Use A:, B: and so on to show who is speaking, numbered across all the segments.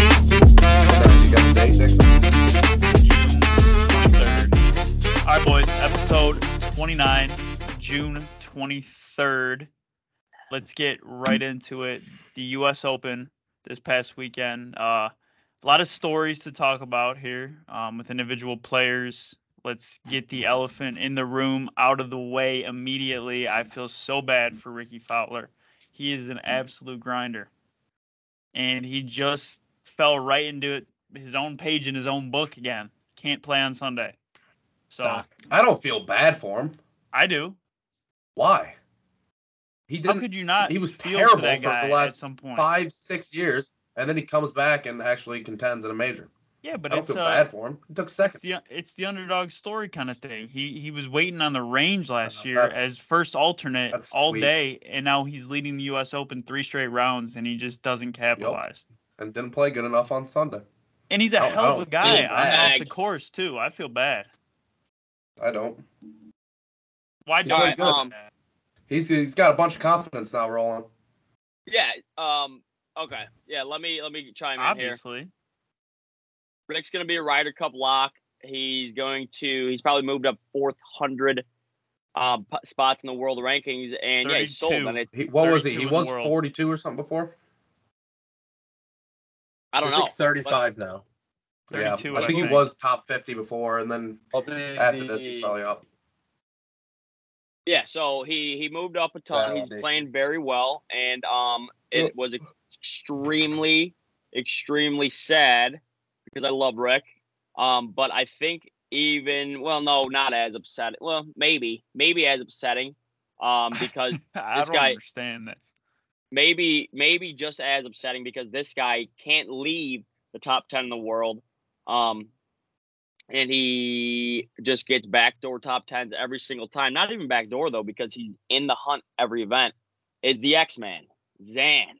A: You got the basics.
B: June 23rd. All right, boys, episode 29, June 23rd. Let's get right into it. The U.S. Open this past weekend. Uh, a lot of stories to talk about here um, with individual players. Let's get the elephant in the room out of the way immediately. I feel so bad for Ricky Fowler. He is an absolute grinder. And he just fell right into it his own page in his own book again. Can't play on Sunday. So
C: Stop.
A: I don't feel bad for him.
B: I do.
A: Why? He
B: How
A: didn't.
B: could you not?
A: He was
B: feel
A: terrible
B: for, that
A: for
B: guy
A: the last
B: at some point.
A: five, six years, and then he comes back and actually contends in a major.
B: yeah, but
A: I don't
B: it's
A: feel
B: uh,
A: bad for him. He took
B: it's
A: second.
B: the it's the underdog story kind of thing. He he was waiting on the range last
A: know,
B: year
A: that's-
B: as first alternate
A: that's
B: all
A: sweet.
B: day, and now he's leading the U.S. Open three straight rounds, and he just doesn't capitalize.
A: and didn't play good enough on Sunday.
B: And he's
A: I
B: a
A: don't- I
B: hell of a
A: don't
B: guy
A: feel
B: on off
D: bad.
B: the course too. I feel bad.
A: I don't.
B: Why
A: He
B: do I
A: played
B: feel
D: good.
B: bad?
A: He's he's got a bunch of confidence now rolling.
D: Yeah. Um. Okay. Yeah. Let me let me chime in here.
B: Obviously,
D: Rick's gonna be a Ryder Cup lock. He's going to. He's probably moved up fourth hundred um, p- spots in the world rankings, and yeah, he's sold.
B: 32.
D: And it,
A: He, what was he?
B: 32
A: He
B: in the
A: was
B: world.
A: 42 or something before.
D: I don't
E: He's
D: know.
E: like 35 now.
A: Yeah,
B: 32,
A: I
B: I
A: think he
B: think.
A: was top 50 before, and then
E: Well, the-
A: after
E: the-
A: this, he's probably up.
D: Yeah. So he he moved up a ton. He's
E: Validation.
D: playing very well, and um, it was extremely extremely sad because I love Rick. Um, but I think even well, no, not as upsetting. Well, maybe maybe as upsetting. Um, because
B: I
D: this
B: don't
D: guy-
B: understand this.
D: maybe maybe just as upsetting because this guy can't leave the top 10 in the world um and he just gets backdoor top 10s every single time not even backdoor though because he's in the hunt every event is the x-man zan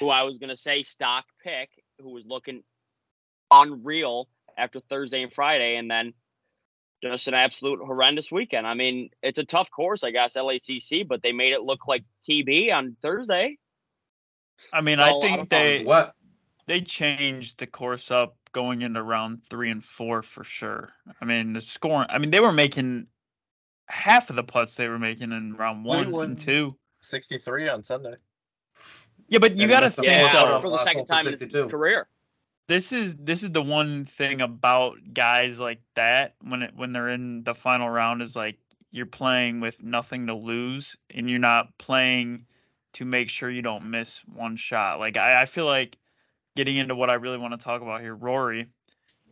D: who i was going to say stock pick who was looking unreal after thursday and friday and then just an absolute horrendous weekend. I mean, it's a tough course, I guess, LACC, but they made it look like TB on Thursday.
B: I mean,
D: It's
B: I
D: all out
B: think
D: of bounds.
B: they
A: What?
B: they changed the course up going into round three and four for sure. I mean, the scoring. I mean, they were making half of the putts they were making in round one and
E: Fleetwood.
B: two.
E: 63 on Sunday.
B: Yeah, but you
A: And
B: got to
A: missed the
B: think
D: fourth
B: though.
D: round. for the
A: Last
D: second
A: hole for
D: time in his
A: 62.
D: Career.
B: This is this is the one thing about guys like that when it when they're in the final round is like you're playing with nothing to lose and you're not playing to make sure you don't miss one shot. Like I, I feel like getting into what I really want to talk about here, Rory.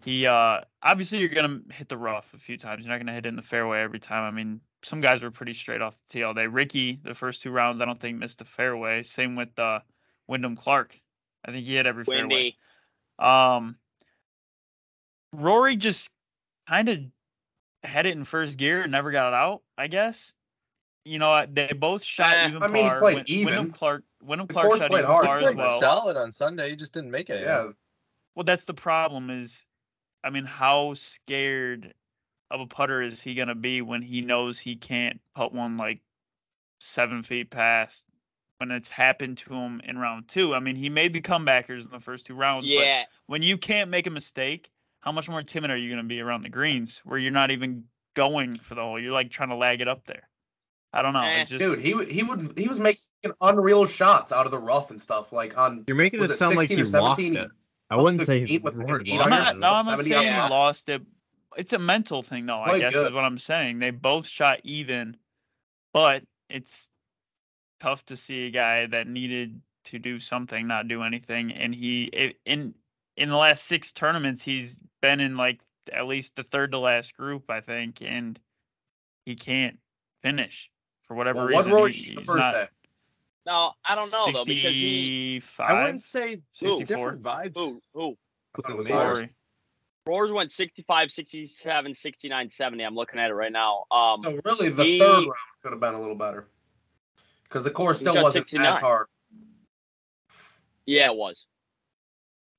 B: He uh obviously you're gonna hit the rough a few times. You're not gonna hit it in the fairway every time. I mean, some guys were pretty straight off the tee all day. Ricky, the first two rounds, I don't think missed the fairway. Same with uh Wyndham Clark. I think he hit every fairway.
D: Windy.
B: Um, Rory just kind of had it in first gear and never got it out. I guess. You know, uh, they both shot
D: Eh,
B: even
A: I mean, he
B: par.
A: played
B: Wyn-
A: even.
B: Wyndham Clark. Wyndham
A: The
B: Clark
A: course
B: shot
A: played
B: even
A: hard.
B: par
A: Ours
E: He
A: He
B: as
E: played
A: played
B: well.
E: solid on Sunday. He just didn't make it.
A: Yeah,
B: Well, that's the problem. Is I mean, how scared of a putter is he gonna be when he knows he can't put one like seven feet past? When it's happened to him in round two, I mean, he made the comebackers in the first two rounds. Um, but
D: Yeah.
B: when you can't make a mistake, how much more timid are you going to be around the greens where you're not even going for the hole? You're like trying to lag it up there. I don't know.
D: Eh.
B: It's just
A: dude, he he would he was making unreal shots out of the rough and stuff like on
F: You're making
A: Was
F: it,
A: it
F: sound like
A: 16
F: he
A: or
F: lost
A: 17?
F: it. I wouldn't
A: the
F: say he
A: eight with-
F: Rory
A: eight
B: I'm
A: iron.
F: lost
B: not,
F: it.
B: no, I'm not
A: 70
B: saying
D: yeah.
B: he lost it. It's a mental thing, though. I
A: Played
B: guess is
A: good.
B: what I'm saying. They both shot even, but it's tough to see a guy that needed to do something not do anything, and he i- in in the last six tournaments he's been in like at least the third to last group, I think, and he can't finish for whatever
A: well, what
B: reason.
A: Rory
B: He-
A: shoot the
B: he's
A: first
B: not
A: day.
D: No, I don't know though because he.
B: 65?
E: I wouldn't say it's
B: 64.
E: different vibes.
D: Who? Who?
A: I thought it
F: With
A: was
F: the
A: Rory.
F: Mariners.
B: Rory.
D: Roars went 65, 67, 69, 70. I'm looking at it right now. Um,
A: So really, the
D: He-
A: third round could have been a little better because the course
D: He
A: still
D: shot
A: wasn't
D: 69.
A: as hard.
D: yeah, it was.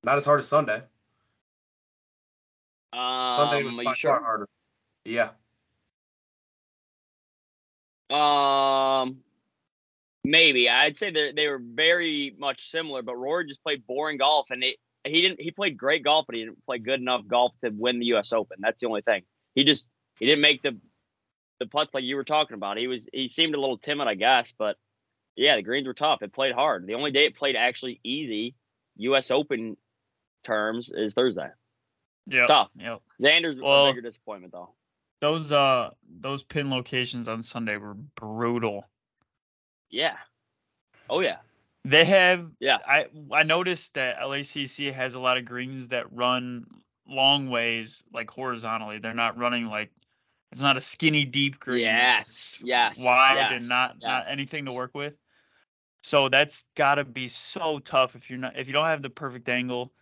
A: Not as hard as Sunday.
D: Um,
A: Sunday was
D: are
A: by
D: you
A: far
D: sure?
A: harder. Yeah.
D: Um, maybe I'd say they they were very much similar, but Rory just played boring golf, and it he didn't he played great golf, but he didn't play good enough golf to win the U.S. Open. That's the only thing. He just he didn't make the the putts like you were talking about. He was he seemed a little timid, I guess, but yeah, the greens were tough. It played hard. The only day it played actually easy, U.S. Open terms, is Thursday.
B: Yeah.
D: Tough.
B: Yep.
D: Xander's
B: Well-
D: a bigger disappointment though.
B: Those uh those pin locations on Sunday were brutal.
D: Yeah. Oh yeah.
B: They have
D: Yeah.
B: I I noticed that LACC has a lot of greens that run long ways like horizontally. They're not running like it's not a skinny deep green.
D: Yes. Yes.
B: wide
D: yes,
B: and not not
D: yes.
B: anything to work with. So that's got to be so tough if you're not if you don't have the perfect angle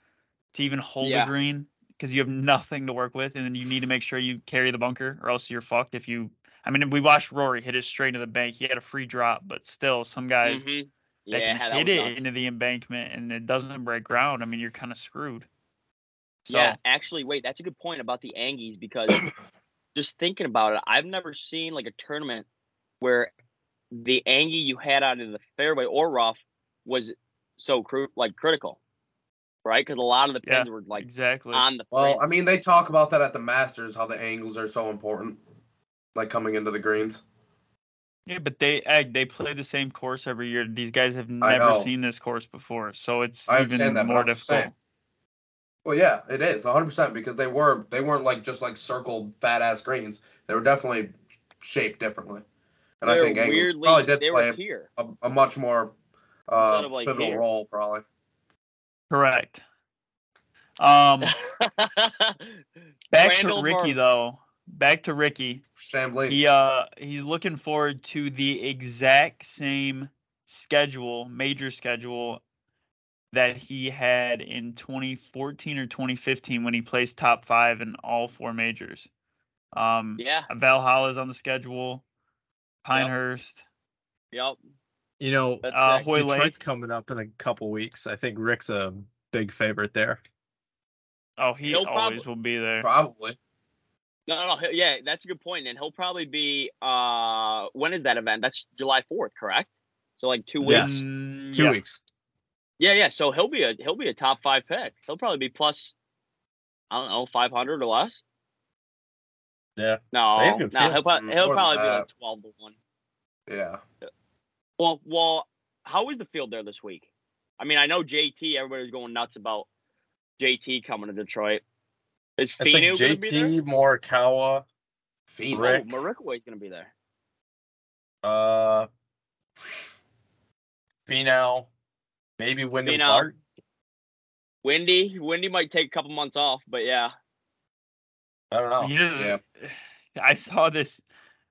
B: to even hold
D: Yeah.
B: a green because you have nothing to work with, and then you need to make sure you carry the bunker or else you're fucked. If you, I mean, we watched Rory hit it straight into the bank. He had a free drop, but still, some guys
D: Mhm.
B: that
D: Yeah,
B: can
D: that
B: hit
D: was
B: it
D: nuts.
B: into the embankment and it doesn't break ground. I mean, you're kind of screwed. So,
D: Yeah, actually, wait, that's a good point about the Angies because just thinking about it, I've never seen like a tournament where the Angie you had out of the fairway or rough was so cru- like critical, right? Because a lot of the
B: Yeah,
D: pins were like
B: exactly.
D: on the
A: Well,
D: fringe.
A: I mean, they talk about that at the Masters, how the angles are so important, like coming into the greens.
B: Yeah, but they egg they play the same course every year. These guys have
A: I
B: never
A: know.
B: seen this course before, so it's
A: I
B: even
A: understand that, but
B: more
A: I'm just saying.
B: difficult.
A: Well, yeah, it is 100 percent because they were they weren't like just like circled fat ass greens. They were definitely shaped differently, and I
D: They're
A: think angles
D: weirdly
A: probably did
D: they
A: play
D: were here.
A: a, a much more
D: Instead
A: uh,
D: of, like,
A: pivotal
D: here.
A: role, probably.
B: Correct. Um, back
D: Randall
B: to Ricky
D: Murph.
B: though. Back to Ricky.
A: Chamblee.
B: He uh he's looking forward to the exact same schedule, major schedule that he had in 2014 or 2015 when he placed top 5 in all four majors. Um
D: Yeah.
B: Valhalla's on the schedule. Pinehurst.
D: Yep.
E: You know,
D: That's
B: Uh,
D: it.
B: Hoy
E: Detroit's
B: Lake.
E: coming up in a couple weeks. I think Rick's a big favorite there.
B: Oh, he
D: He'll prob-
B: always will be there.
A: probably.
D: No, no, no, yeah, that's a good point. And he'll probably be. uh When is that event? That's July fourth, correct? So like two weeks.
E: Yeah. Yes.
B: Mm,
E: Two
B: yeah.
E: weeks.
D: Yeah, yeah. So he'll be a he'll be a top five pick. He'll probably be plus, I don't know, five hundred or less.
E: Yeah. They
D: No,
E: have
D: no,
E: good
D: he'll,
E: field.
D: prob-
A: Mm, more
D: he'll
A: than
D: probably be
A: that.
D: like twelve to one.
A: Yeah.
D: Well, well, how is the field there this week? I mean, I know JT. Everybody's going nuts about JT coming to Detroit. Is
E: It's like
D: Finu gonna be there?
E: JT Morikawa.
A: Fiend.
E: Rick.
D: Oh, Marikaway's gonna be there.
E: Uh, Finau, maybe Wyndham
D: Finau.
E: Clark.
D: Wendy, Wendy might take a couple months off, but yeah,
E: I don't know.
B: He doesn't- Oh, I saw this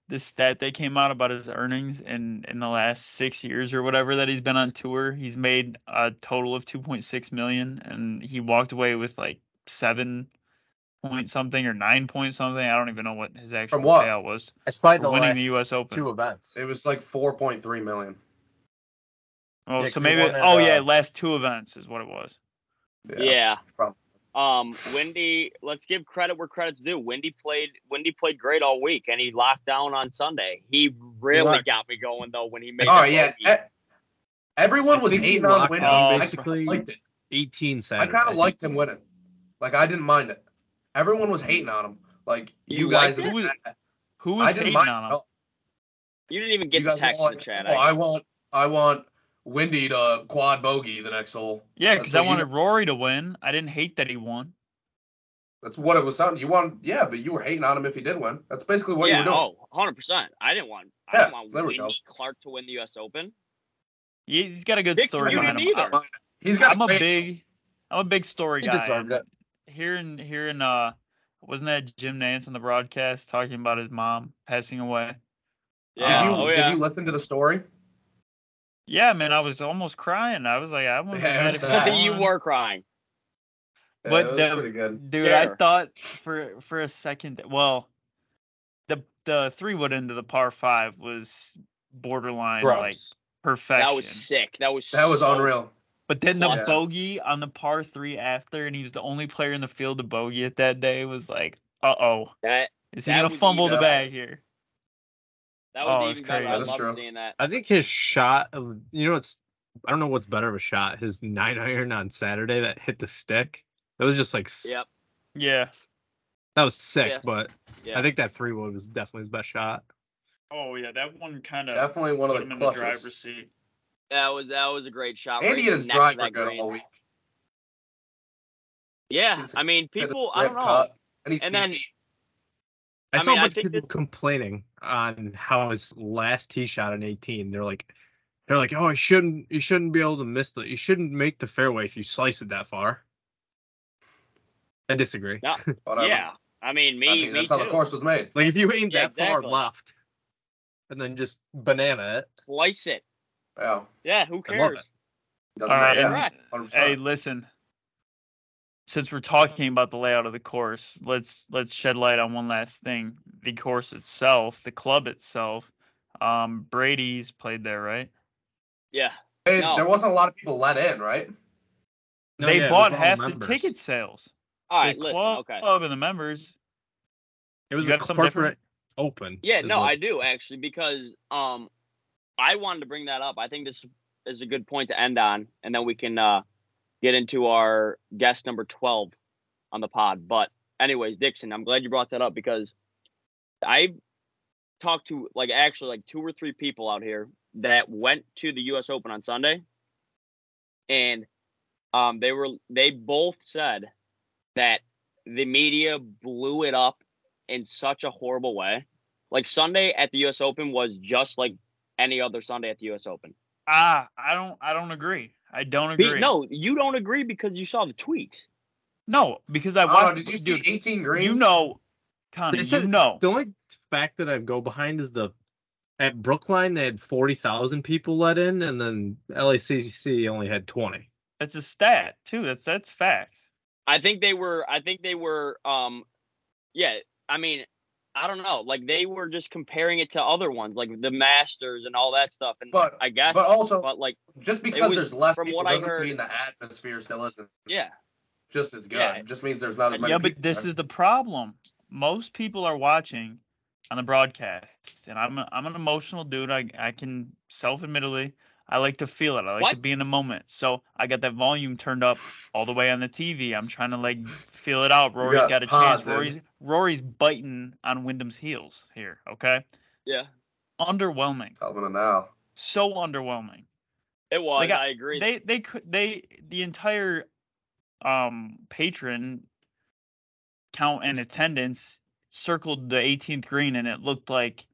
B: this stat that came out about his earnings in in the last six years or whatever that he's been on tour. He's made a total of two point six million, and he walked away with like seven point something or nine point something. I don't even know what his actual
A: what?
B: payout was
E: It's probably
B: for
E: the
B: winning
E: last
B: the U.S. Open.
E: two events.
A: It was like 4.3 million.
B: Oh,
E: Yeah,
B: so
E: 'cause he
B: maybe.
E: won at,
B: Oh yeah,
E: uh,
B: last two events is what it was.
D: yeah.
A: Probably.
D: Um, Wendy, let's give credit where credit's due. Wendy played Wendy played great all week, and he locked down on Sunday. He really
E: locked-
D: got me going though when he made.
A: All
D: that
A: right, yeah.
D: bogey.
A: E- Everyone
E: I
A: was
E: think he
A: hating on
E: locked
A: winning.
B: down
A: I
E: basically-
A: basically liked it.
E: 18
A: I
E: Saturday.
A: kind of liked him winning. Like I didn't mind it. Everyone was hating on him. Like
D: You
A: you, guys,
D: liked
A: in
D: it?
A: the chat.
B: Who was
A: I didn't
B: hating
A: mind.
B: on
A: it at
B: him?
A: all.
D: you didn't even
A: You
D: get the
A: guys were
D: text
A: all
D: in the
A: like,
D: chat.
A: "Oh,
D: I,
A: I want, I want Wendy to quad bogey the next hole.
B: Yeah,
A: That's
B: because I
A: what you-
B: wanted Rory to win. I didn't hate that he won.
A: That's what it was sounding. You want, yeah, but you were hating on him if he did win. That's basically what
D: yeah,
A: you were doing.
D: oh, 100 percent. I didn't want. I
A: Yeah,
D: didn't want
A: there we
D: Wendy
A: go.
D: Clark to win the U.S. Open.
B: He- He's got a good
D: Dixon,
B: story
D: you
B: behind
D: didn't
B: him.
D: either.
A: I- He's got.
B: I'm a
A: great-
B: big, I'm a big story
E: He
B: guy.
E: deserved
B: and Hearing, hearing, uh, wasn't that Jim Nance on the broadcast talking about his mom passing away?
A: Did
D: Yeah.
A: you
D: oh,
A: did
D: yeah.
A: you listen to the story?
B: Yeah, man, I was almost crying. I was like, I was
A: Yeah, it
B: mad
A: was
B: if
A: sad.
B: he
D: you
B: won.
D: were crying.
B: But
A: it was
B: the-
A: pretty good.
B: dude. I
D: there.
B: thought for for a second. that- Well, the the three wood into the par five was borderline like
E: Gross.
B: perfection.
D: That was sick. That was
A: That was
D: so-
A: unreal.
B: But then the
A: Yeah.
B: bogey on the par three after, and he was the only player in the field to bogey it that day. Was like, uh oh,
D: That
B: is he
D: That
B: gonna
D: was
B: fumble the
A: even-
B: bag here?
D: that
B: Oh, it
D: was
B: was
D: even better.
B: crazy.
D: I
A: That's
D: loved
A: true.
D: seeing that.
E: I think his shot of you know it's I don't know what's better of a shot. His nine iron on Saturday that hit the stick. That was just like s-
D: Yep.
B: Yeah.
E: that was sick,
D: Yeah.
E: but
D: Yeah.
E: I think that three wood was definitely his best shot.
B: Oh yeah, that one kind of
A: Definitely one of
B: put
A: the
B: him in the
A: clutches.
B: driver's seat.
D: that was that was a great shot.
A: and he
D: right
A: hit his
D: next to
A: driver
D: that
A: good
D: green.
A: all week.
D: Yeah,
A: He's-
D: I mean,
A: Hit his
D: people. I
A: rip
D: don't know.
A: cut, and he's
D: And then
E: I,
D: I
E: saw
D: mean,
E: a
D: I
E: bunch of
D: think
E: people
D: this-
E: complaining on how his last tee shot on 18. They're like, they're like, oh, you shouldn't, you shouldn't be able to miss the, you shouldn't make the fairway if you slice it that far. I disagree.
D: No,
A: whatever.
D: Yeah, I mean, me,
A: I mean,
D: me
A: that's
D: too.
A: how the course was made.
E: Like if you aim
D: Yeah,
E: that far
D: exactly.
E: left, and then just banana it.
D: Slice it.
A: Yeah.
D: Yeah, who
E: I love
D: cares?
A: That's
B: All right,
A: right.
B: and-
A: Yeah.
D: Correct.
A: 100%.
B: Hey, listen. Since we're talking about the layout of the course, let's let's shed light on one last thing: the course itself, the club itself. Um, Brady's played there, right?
D: Yeah,
A: Hey,
D: no.
A: There wasn't a lot of people let in, right?
E: No,
B: they
E: yeah, it was
B: bought
E: all
B: half
E: members.
B: the ticket sales.
D: all right.
B: the
D: Listen,
B: club,
D: okay.
B: club and the members.
E: It was
B: You
E: a
B: have something different?
E: corporate open.
D: Yeah,
E: is
D: no,
E: what-
D: I do actually because um, I wanted to bring that up. I think this is a good point to end on, and then we can uh, get into our guest number twelve on the pod. But anyways, Dixon, I'm glad you brought that up because I talked to like actually like two or three people out here that went to the U.S. Open on Sunday, and um, they were they both said that the media blew it up in such a horrible way. Like Sunday at the U.S. Open was just like any other Sunday at the U.S. Open.
B: Ah, I don't, I don't agree. I don't
D: Be-
B: agree.
D: no, you don't agree because you saw the tweet.
B: no, because I
A: Oh,
B: watched.
A: did you see
B: dude,
A: 18 green?
B: you know, Connie,
E: They said-
B: you know.
E: The only fact that I go behind is the at Brookline they had forty thousand people let in, and then LACC only had twenty.
B: That's a stat too. That's that's facts.
D: I think they were. I think they were. Um, yeah. I mean, I don't know. Like they were just comparing it to other ones, like the Masters and all that stuff. And
A: But-
D: I guess,
A: but also-
D: but like,
A: just because
D: was-
A: there's less
D: from
A: people
D: what I
A: doesn't
D: heard-
A: mean the atmosphere still isn't
D: yeah,
A: just as good.
D: Yeah.
A: Just means there's not as many.
B: Yeah, but
A: people
B: this
A: there.
B: is the problem. Most people are watching on the broadcast, and I'm a, I'm an emotional dude. I I can self admittedly I like to feel it. I like to
D: What?
B: be in the moment. So I got that volume turned up all the way on the TV. I'm trying to like feel it out. Rory's
A: got
B: got a chance.
A: pods in.
B: Rory's Rory's biting on Wyndham's heels here. Okay,
D: yeah.
B: underwhelming.
A: Calvin and now.
B: So underwhelming.
D: It was.
B: Like, I-
D: I, agree.
B: they they could they the entire um patron count and attendance circled the 18th green and it looked like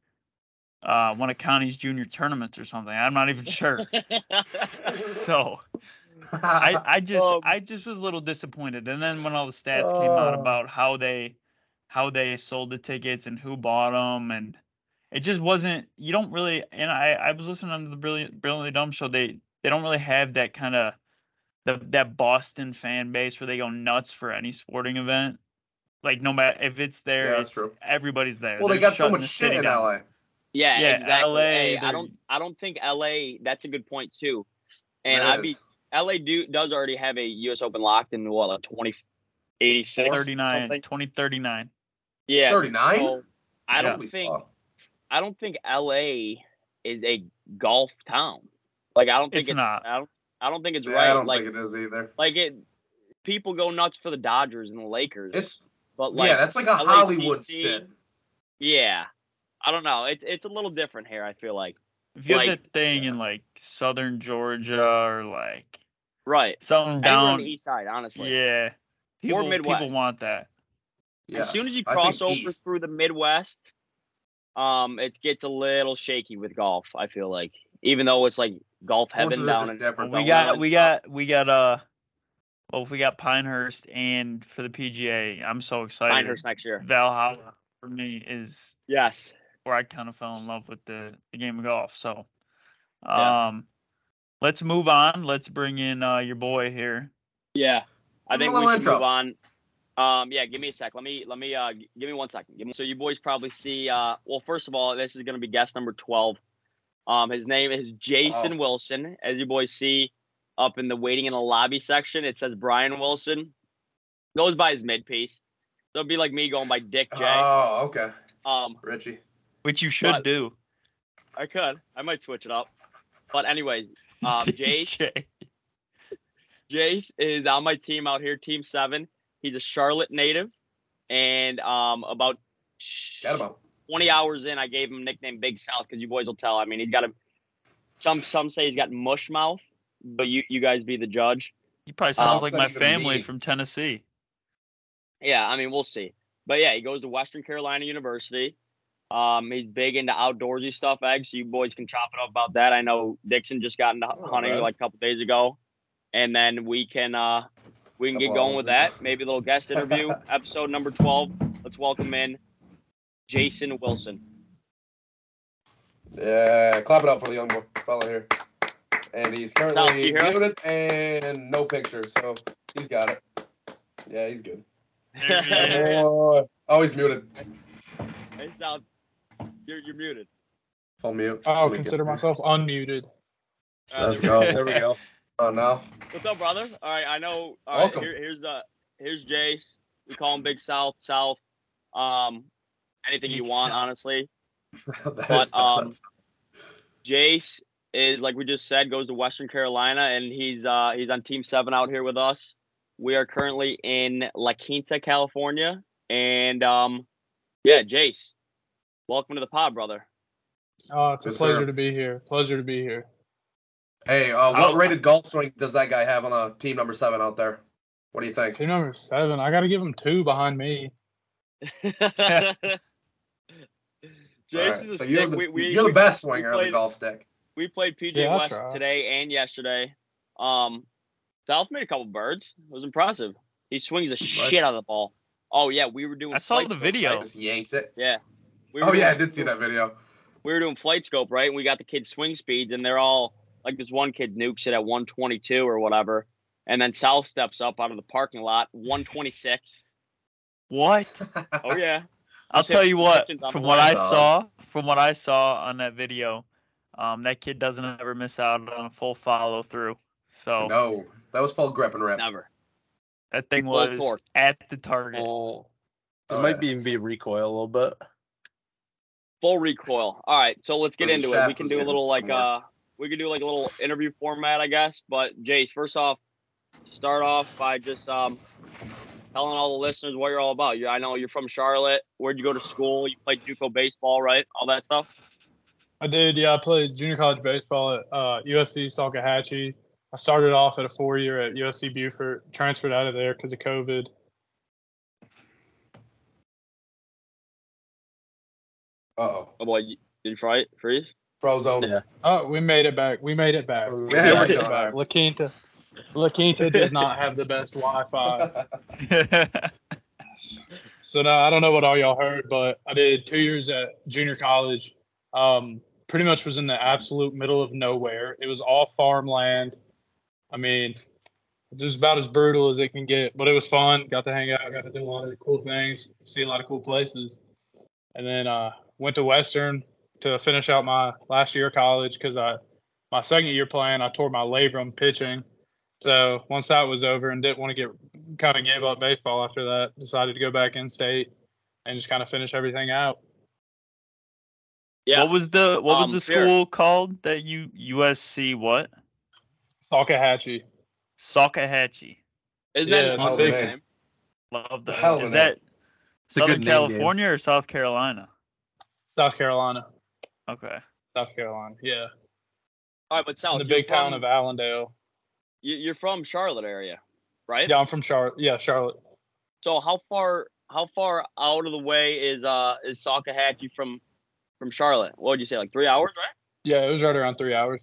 B: uh one of Connie's junior tournaments or something i'm not even sure so i i just
D: Um,
B: i just was a little disappointed and then when all the stats came out
A: Oh.
B: about how they how they sold the tickets and who bought them and it just wasn't you don't really and i i was listening to the brilliant brilliantly dumb show they they don't really have that kind of the, that boston fan base where they go nuts for any sporting event like no matter if it's there
A: Yeah, that's
B: it's,
A: true.
B: everybody's there
A: well, they
B: They're
A: got so
B: shutting
A: much
B: the
A: shit
B: city
A: in
B: down.
A: LA.
D: Yeah,
B: Yeah,
D: exactly.
B: LA,
D: Hey, I
B: they're-
D: don't I don't think LA that's a good point too. And
A: There
D: I'd
A: is.
D: be LA do does already have a US Open locked in what like twenty eighty six.
B: 39 2039
D: Yeah.
A: 39?
D: so I don't
A: Holy
D: think
A: fuck.
D: I don't think LA is a golf town. Like I don't think
B: It's
D: it's,
B: not.
D: I don't I don't think it's
A: Yeah,
D: right.
A: I don't
D: like
A: think it is either.
D: like it people go nuts for the Dodgers and the Lakers.
A: It's
D: but like
A: yeah, that's like a
D: LACC.
A: Hollywood shit.
D: yeah. I don't know. It's it's a little different here, I feel like.
B: if you have
D: Like-
B: that thing in like southern georgia or like
D: Right.
B: something
D: Anywhere on
B: down
D: the east side, honestly.
B: yeah people, people
D: Midwest.
B: want that
A: Yeah.
D: As soon as you
A: I
D: cross over
A: think East.
D: through the Midwest, um, it gets a little shaky with golf. I feel like, even though it's like golf
A: Courses
D: heaven
A: are
D: down
A: just
D: in
A: different,
B: Well, we
A: though.
B: got we got we got uh well we got Pinehurst and for the PGA I'm so excited.
D: Pinehurst next year.
B: Valhalla for me is
D: Yes,
B: where I kind of fell in love with the, the game of golf. So um
D: Yeah.
B: let's move on. Let's bring in uh your boy here.
D: yeah. I
A: Give him
D: think
A: a
D: we
A: little
D: should move
A: intro.
D: on. Um, yeah, give me a sec. Let me let me uh g- give me one second. Give me, so you boys probably see. Uh, well, first of all, this is gonna be guest number twelve. Um, his name is Jason Wilson, as you boys see up in the waiting in the lobby section. It says Brian Wilson. Goes by his mid piece. So it'd be like me going by Dick J.
A: Oh, okay.
D: Um,
A: Richie.
B: which you should
D: But-
B: do.
D: I could. I might switch it up. But anyways, um, Jace
B: Jay.
D: Jace is on my team out here, Team Seven. He's a Charlotte native, and um, about
A: Got him out.
D: 20 hours in, I gave him nickname Big South because you boys will tell. I mean, he's got a some some say he's got mush mouth, but you you guys be the judge.
B: He probably sounds
D: Oh,
B: like my
A: fucking
B: family
A: me.
B: from Tennessee.
D: Yeah, I mean, we'll see. But yeah, he goes to Western Carolina University. Um, he's big into outdoorsy stuff, eggs. So you boys can chop it up about that. I know Dixon just got into
A: Oh,
D: hunting
A: man.
D: like a couple days ago, and then we can uh we can get
A: Couple
D: going with
A: hours.
D: that. Maybe a little guest interview, episode number twelve. Let's welcome in Jason Wilson.
A: Yeah, clap it up for the young boy fella here. And he's
D: Sal, do
A: currently
D: you hear us?
A: muted and no picture, so he's got it. Yeah, he's good.
B: There he is.
A: Oh, oh, he's muted.
D: Hey, Sal, you're you're muted.
A: Full mute.
C: Oh,
A: Let me
C: consider
A: get-
C: myself unmuted.
D: Uh,
A: Let's
D: there we
A: go. There we go. Oh no.
D: What's up, brother? All right, I know. All right,
A: Welcome.
D: here, here's uh, here's Jace. We call him Big South. South. Um, anything you
B: Big
D: want,
B: South.
D: honestly.
A: That
D: But,
A: is not-
D: um, Jace is like we just said, goes to Western Carolina, and he's uh he's on Team Seven out here with us. We are currently in La Quinta, California, and um, yeah, Jace, welcome to the pod, brother.
C: Oh, it's a
A: Yes,
C: pleasure
A: sir.
C: to be here. Pleasure to be here.
A: hey, uh, what
B: I'll-
A: rated golf swing does that guy have on uh, team number seven out there? What do you think?
C: Team number seven. I got to give him two behind me.
D: Jace
A: Alright,
D: is a
A: so
D: stick.
A: you're the,
D: we, we,
A: you're the
D: we-
A: best swinger on the
D: played-
A: golf stick.
D: We played PJ
C: Yeah, I'll
D: West
C: try.
D: today and yesterday. Um, South made a couple birds. It was impressive. He swings the shit out of the ball. Oh yeah, we were doing.
B: I saw
D: flight
B: the
D: scope,
B: video.
D: right?
A: Just yanks it.
D: We were
A: Oh yeah, I
D: doing-
A: did see that video.
D: We were doing flight scope, right? And we got the kids swing speeds, and they're all like this one kid nukes it at 122 or whatever, and then South steps up out of the parking lot 126.
B: What?
D: Oh yeah,
B: I'll
D: Just hit
B: tell you what.
D: questions on the
B: From what
D: way.
B: I
A: Dog.
B: saw, from what I saw on that video, um, that kid doesn't ever miss out on a full follow through. So
A: No, that was full grip and rip.
D: never.
B: that thing
D: Full
B: was
D: torque.
B: at the target.
E: Oh, it
A: Oh,
E: might
A: yeah.
E: be even be recoil a little bit.
D: Full recoil. All right, so let's get
A: Or the
D: into it.
A: shaft
D: We can
A: was
D: do a
A: in
D: little like
A: somewhere.
D: uh, we can do like a little interview format, I guess. But Jace, first off, start off by just um, telling all the listeners what you're all about. You, I know you're from Charlotte. Where'd you go to school? You played JUCO baseball, right? All that stuff.
C: I did. Yeah, I played junior college baseball at uh, USC Salkahatchee. I started off at a four year at USC Beaufort, transferred out of there because of COVID.
A: Uh oh.
D: Oh boy, you, did you fry it? Freeze?
A: Frozone.
E: Yeah.
C: Oh, we made it back. We made it back.
E: Yeah,
C: We
A: we're
C: made it
A: done.
C: back. La Quinta. La Quinta does not have the best Wi Fi. So now I don't know what all y'all heard, but I did two years at junior college. Um, pretty much was in the absolute middle of nowhere. It was all farmland. I mean, it's just about as brutal as it can get, but it was fun. Got to hang out, got to do a lot of cool things, see a lot of cool places, and then uh, went to Western to finish out my last year of college because I my second year playing I tore my labrum pitching. So once that was over and didn't want to get kind of gave up baseball after that. Decided to go back in state and just kind of finish everything out.
D: Yeah.
B: What was the what
D: Um,
B: was the
D: here.
B: school called that you USC what?
C: Salkahatchee.
B: Saukahatchee.
D: Isn't
C: Yeah,
D: that
A: my
D: his
A: big-
D: name?
B: Love that.
A: Hell of a
B: Is
A: name.
B: that
E: a good
B: Southern
E: name, Dave.
B: California or South Carolina?
C: South Carolina.
B: Okay.
C: South Carolina. Yeah.
D: All right, but Sal,
C: In the
D: Oh, you're
C: big town
D: from-
C: of Allendale.
D: you- You're from Charlotte area, right?
C: Yeah, I'm from Charlotte. Yeah, Charlotte.
D: So how far how far out of the way is uh is Saukahatchee from from Charlotte? What would you say, like three hours, right?
C: Yeah, it was right around three hours.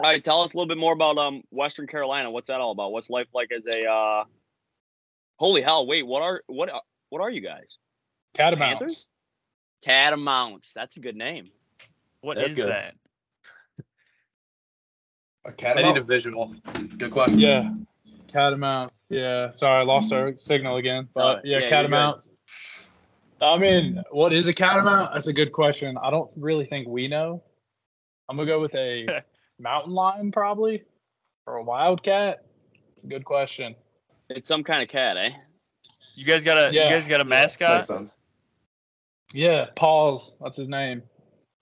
D: All right, tell us a little bit more about um Western Carolina. What's that all about? What's life like as a uh Holy hell, wait, what are what are, what are you guys?
C: Catamounts.
D: Panthers? Catamounts. That's a good name.
B: What is
E: That's good.
B: that?
A: A
E: I need a
A: catamount.
E: visual.
A: Good question.
C: Yeah. Catamount. Yeah. Sorry, I lost our signal again. But
D: Oh, yeah,
C: yeah,
D: you're good.
C: Catamount. I mean, what is a catamount? That's a good question. I don't really think we know. I'm gonna go with a mountain lion probably or a wildcat? It's a good question.
D: It's some kind of cat, eh?
B: You guys got a
C: Yeah.
B: you guys got a
A: Makes
B: mascot,
A: sense.
C: Yeah, Paul's. That's his name.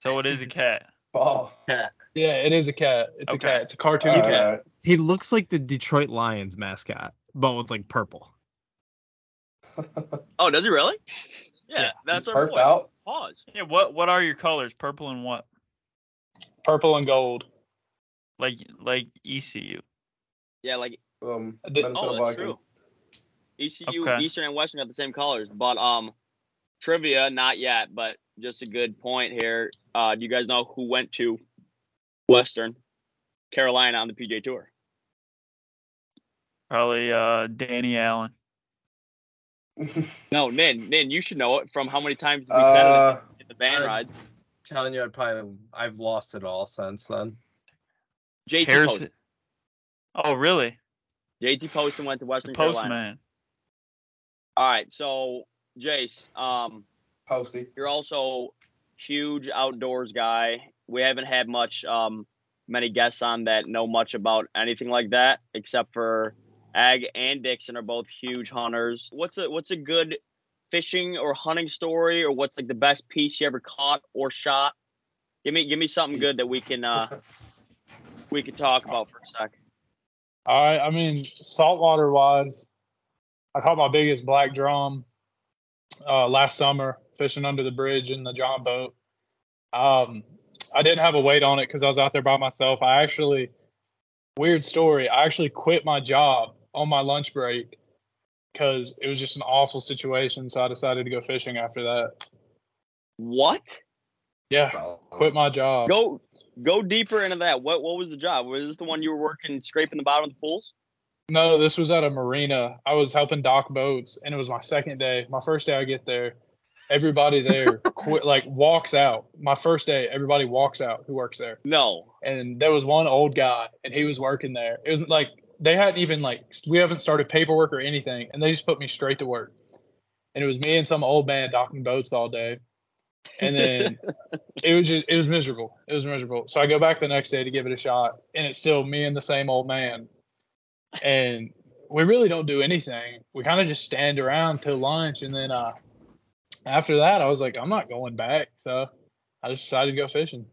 B: so it is a cat.
A: Oh,
C: Yeah, it is a cat. It's
B: Okay.
C: a cat. It's a cartoon
A: all
C: cat.
A: right.
E: He looks like the Detroit Lions mascot, but with like purple.
D: Oh, does he really? Yeah,
E: Yeah,
D: that's
A: He's
D: our
A: perked
D: boy.
A: out.
D: Pause.
B: Yeah. What what are your colors? Purple and what?
C: Purple and gold.
B: Like like E ECU.
D: Yeah, like
A: Um,
C: I did-
A: Minnesota
D: oh, that's
A: Vikings.
D: true. ECU,
B: Okay.
D: Eastern and Western got the same colors, but um, trivia not yet, but just a good point here. Uh, do you guys know who went to Western Carolina on the PJ Tour?
B: Probably uh Danny Allen.
D: No, Nin, Nin, you should know it from how many times we said
A: Uh,
D: it in the van
E: I-
D: rides.
E: telling you, I probably I've lost it all since then.
D: JT
B: Harrison.
D: Poston.
B: Oh really?
D: JT Poston went to Western Carolina.
B: Postman.
D: All right, so Jace, um,
A: Posty.
D: you're also huge outdoors guy. We haven't had much um many guests on that know much about anything like that except for Ag and Dixon are both huge hunters. What's a what's a good fishing or hunting story or what's like the best piece you ever caught or shot? Give me give me something good that we can uh we could talk about for a sec.
C: All right. I mean, saltwater wise, I caught my biggest black drum uh, last summer fishing under the bridge in the John boat. Um, I didn't have a weight on it because I was out there by myself. I actually, weird story, I actually quit my job on my lunch break because it was just an awful situation. So I decided to go fishing after that.
D: What?
C: Yeah, quit my job.
D: Go go deeper into that. What what was the job? Was this the one you were working scraping the bottom of the pools?
C: No, this was at a marina. I was helping dock boats, and it was my second day. My first day I get there, everybody there quit, like walks out. My first day, everybody walks out who works there.
D: No.
C: And there was one old guy, and he was working there. It was like they hadn't even like we haven't started paperwork or anything, and they just put me straight to work. And it was me and some old man docking boats all day. And then it was just it was miserable. It was miserable. So I go back the next day to give it a shot, and it's still me and the same old man. And we really don't do anything. We kind of just stand around till lunch, and then uh, after that, I was like, I'm not going back. So I just decided to go fishing.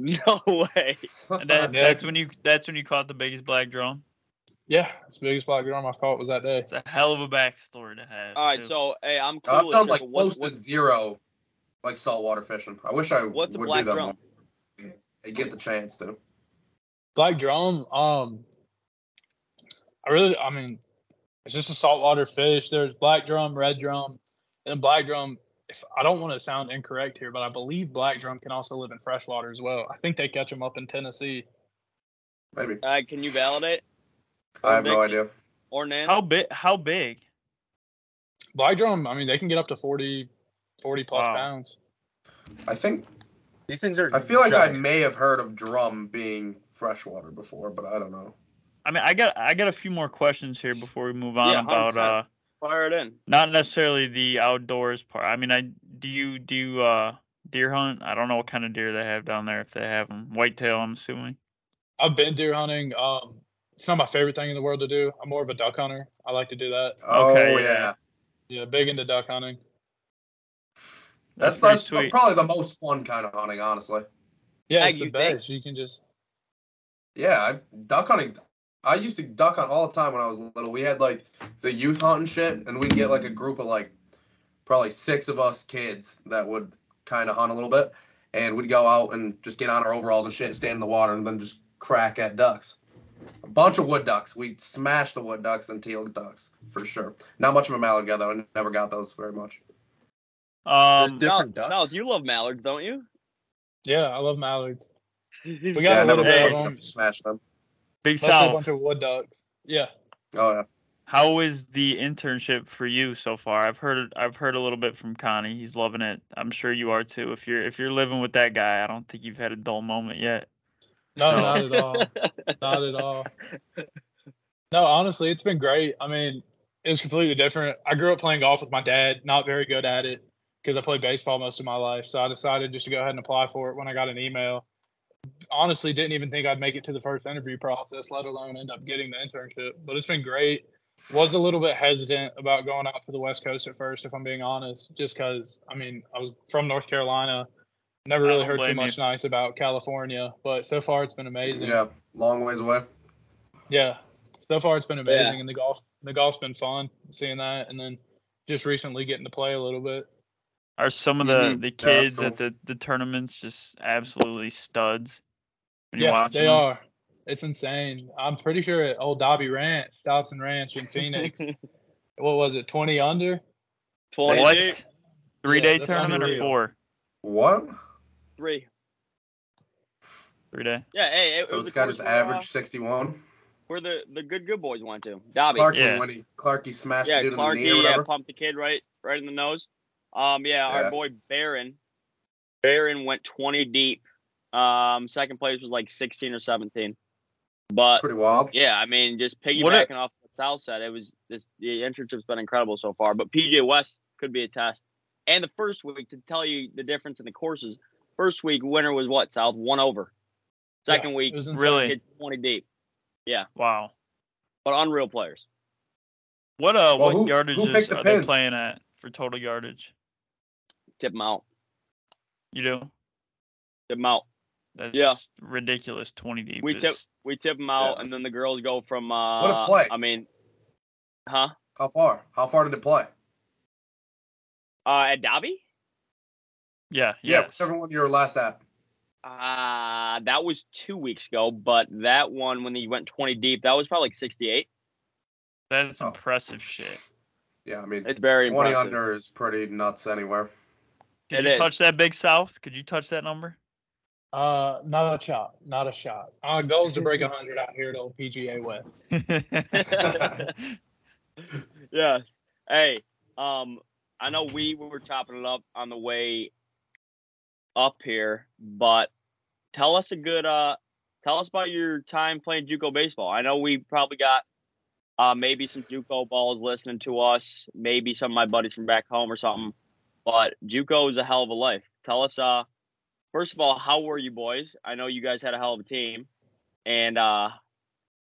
D: No way.
B: And that,
C: Yeah.
B: that's when you that's when you caught the biggest black drum.
C: Yeah, it's the biggest black drum I've caught was that day.
B: It's a hell of a backstory to have.
D: All right,
B: too.
D: so hey, I'm cool.
A: I've
D: with
A: done
D: this,
A: Uh, like
D: but what-
A: close
D: what-
A: to zero, like saltwater fishing. I wish I
D: What's a
A: would
D: black
A: do that
D: drum?
A: more. I get the chance to.
C: Black drum, um, I really, I mean, it's just a saltwater fish. There's black drum, red drum, and black drum. If I don't want to sound incorrect here, but I believe black drum can also live in freshwater as well. I think they catch them up in Tennessee.
A: Maybe
D: uh, can you validate
A: I have no
D: Dixie.
A: idea.
D: or Nan?
B: how big? How big?
C: Black drum, I mean, they can get up to 40, 40 plus
B: Wow.
C: pounds.
A: I think
E: These things are.
A: I feel like I
E: giant.
A: may have heard of drum being freshwater before, but I don't know.
B: I mean, I got I got a few more questions here before we move on
D: Yeah,
B: about
D: 100%.
B: uh
D: Fire it in.
B: not necessarily the outdoors part. I mean, I do you do you, uh deer hunt? I don't know what kind of deer they have down there if they have them. Whitetail, I'm assuming.
C: I've been deer hunting. Um, it's not my favorite thing in the world to do. I'm more of a duck hunter. I like to do that.
A: oh
B: Okay,
A: yeah,
B: yeah.
C: Yeah, big into duck hunting.
A: that's
B: pretty
A: that's
B: sweet.
A: probably the most fun kind of hunting, honestly.
C: Yeah,
D: Ag,
C: it's the
D: you think?
C: best. You can just
A: Yeah, I, duck hunting. I used to duck hunt all the time when I was little. We had like the youth hunt and shit, and we'd get like a group of like probably six of us kids that would kind of hunt a little bit, and we'd go out and just get on our overalls and shit, and stand in the water, and then just crack at ducks. A bunch of wood ducks. We'd smash the wood ducks and teal ducks for sure. Not much of a mallard guy though. I never got those very much.
B: Um,
E: They're different
D: no,
E: ducks.
D: no, you love mallards, don't you?
C: Yeah, I love mallards. We got
A: Yeah, I
C: a little
A: never
C: bit
B: did.
C: of
A: got
C: them.
A: to smash them.
B: Big
C: Mostly a
B: South,
C: bunch of wood ducks. Yeah,
A: Oh yeah.
B: how is the internship for you so far? I've heard I've heard a little bit from Connie. He's loving it. I'm sure you are too. If you're if you're living with that guy, I don't think you've had a dull moment yet.
C: no,
B: So-
C: not at all. Not at all. No, honestly, it's been great. I mean, it was completely different. I grew up playing golf with my dad. Not very good at it because I played baseball most of my life. So I decided just to go ahead and apply for it when I got an email, honestly didn't even think I'd make it to the first interview process, let alone end up getting the internship. But it's been great. Was a little bit hesitant about going out to the West Coast at first, if I'm being honest, just because I mean I was from North Carolina, never
B: I
C: really
B: don't
C: heard too
B: blame you.
C: much nice about California. But so far it's been amazing.
A: Yeah, long ways away.
C: Yeah. So far, it's been
D: Yeah.
C: amazing, and the golf the golf's been fun seeing that, and then just recently getting to play a little bit.
B: Are some of the,
D: Mhm.
B: the
A: Yeah, that's
B: kids at the, the tournaments just absolutely studs? When you
C: yeah,
B: watch
C: they
B: them?
C: are. It's insane. I'm pretty sure at Old Dobby Ranch, Dobson Ranch in Phoenix. what was it, 20 under?
D: 20,
B: What? Three
C: Yeah,
B: day
C: that's
B: tournament or
C: unreal.
B: four?
A: What?
D: three.
B: Three day.
D: Yeah, hey, it, it
A: So
D: was
A: this
D: a
A: guy
D: course
A: just
D: where, uh,
A: averaged 61.
D: where the the good good boys went to. Dobby.
A: Clarky
B: Yeah.
A: when he Clarky smashed
D: yeah,
A: the dude in the knee
D: Clarky,
A: or
D: yeah,
A: whatever.
D: pumped the kid right right in the nose. Um,
A: Yeah.
D: yeah, our boy Barron. Barron went 20 deep. Um, second place was like 16 or 17. But
A: Pretty wild.
D: yeah, I mean, just
B: What a-
D: piggybacking off the south side, it was this the internship's been incredible so far. But PJ West could be a test. And the first week to tell you the difference in the courses. First week winner was what South one over. Second
C: Yeah,
D: week
C: it was insane.
B: really?
D: it's 20 deep,
B: Wow.
D: but unreal players.
B: What
A: Well,
B: uh? what
A: who- who picked
B: yardages
A: the
B: are they
A: pins?
B: playing at for total yardage?
D: Tip them out.
B: You do.
D: Tip them out.
B: That's
D: Yeah.
B: ridiculous. Twenty deep.
D: We
B: is-
D: tip- We tip them out,
A: Yeah.
D: and then the girls go from. Uh,
A: What a play.
D: I mean, huh?
A: How far? How far did it play?
D: Uh, at Dobby,
B: Yeah.
A: Yeah,
B: Yes.
A: whichever one you were last at.
D: uh, that was two weeks ago, but that one when they went twenty deep, that was probably like sixty-eight.
B: That's
A: Oh.
B: impressive shit.
A: Yeah, I mean,
D: It's very
A: 20
D: impressive.
A: under is pretty nuts anywhere.
B: Did
D: It
B: you
D: is.
B: touch that Big South? Could you touch that number?
C: Uh, not a shot, not a shot. Our goal is to break 100 out here at Old PGA West.
D: yes. Hey, um, I know we were chopping it up on the way up here, but tell us a good uh tell us about your time playing JUCO baseball. I know we probably got uh maybe some JUCO balls listening to us, maybe some of my buddies from back home or something. But JUCO is a hell of a life. Tell us uh first of all, how were you boys? I know you guys had a hell of a team. And uh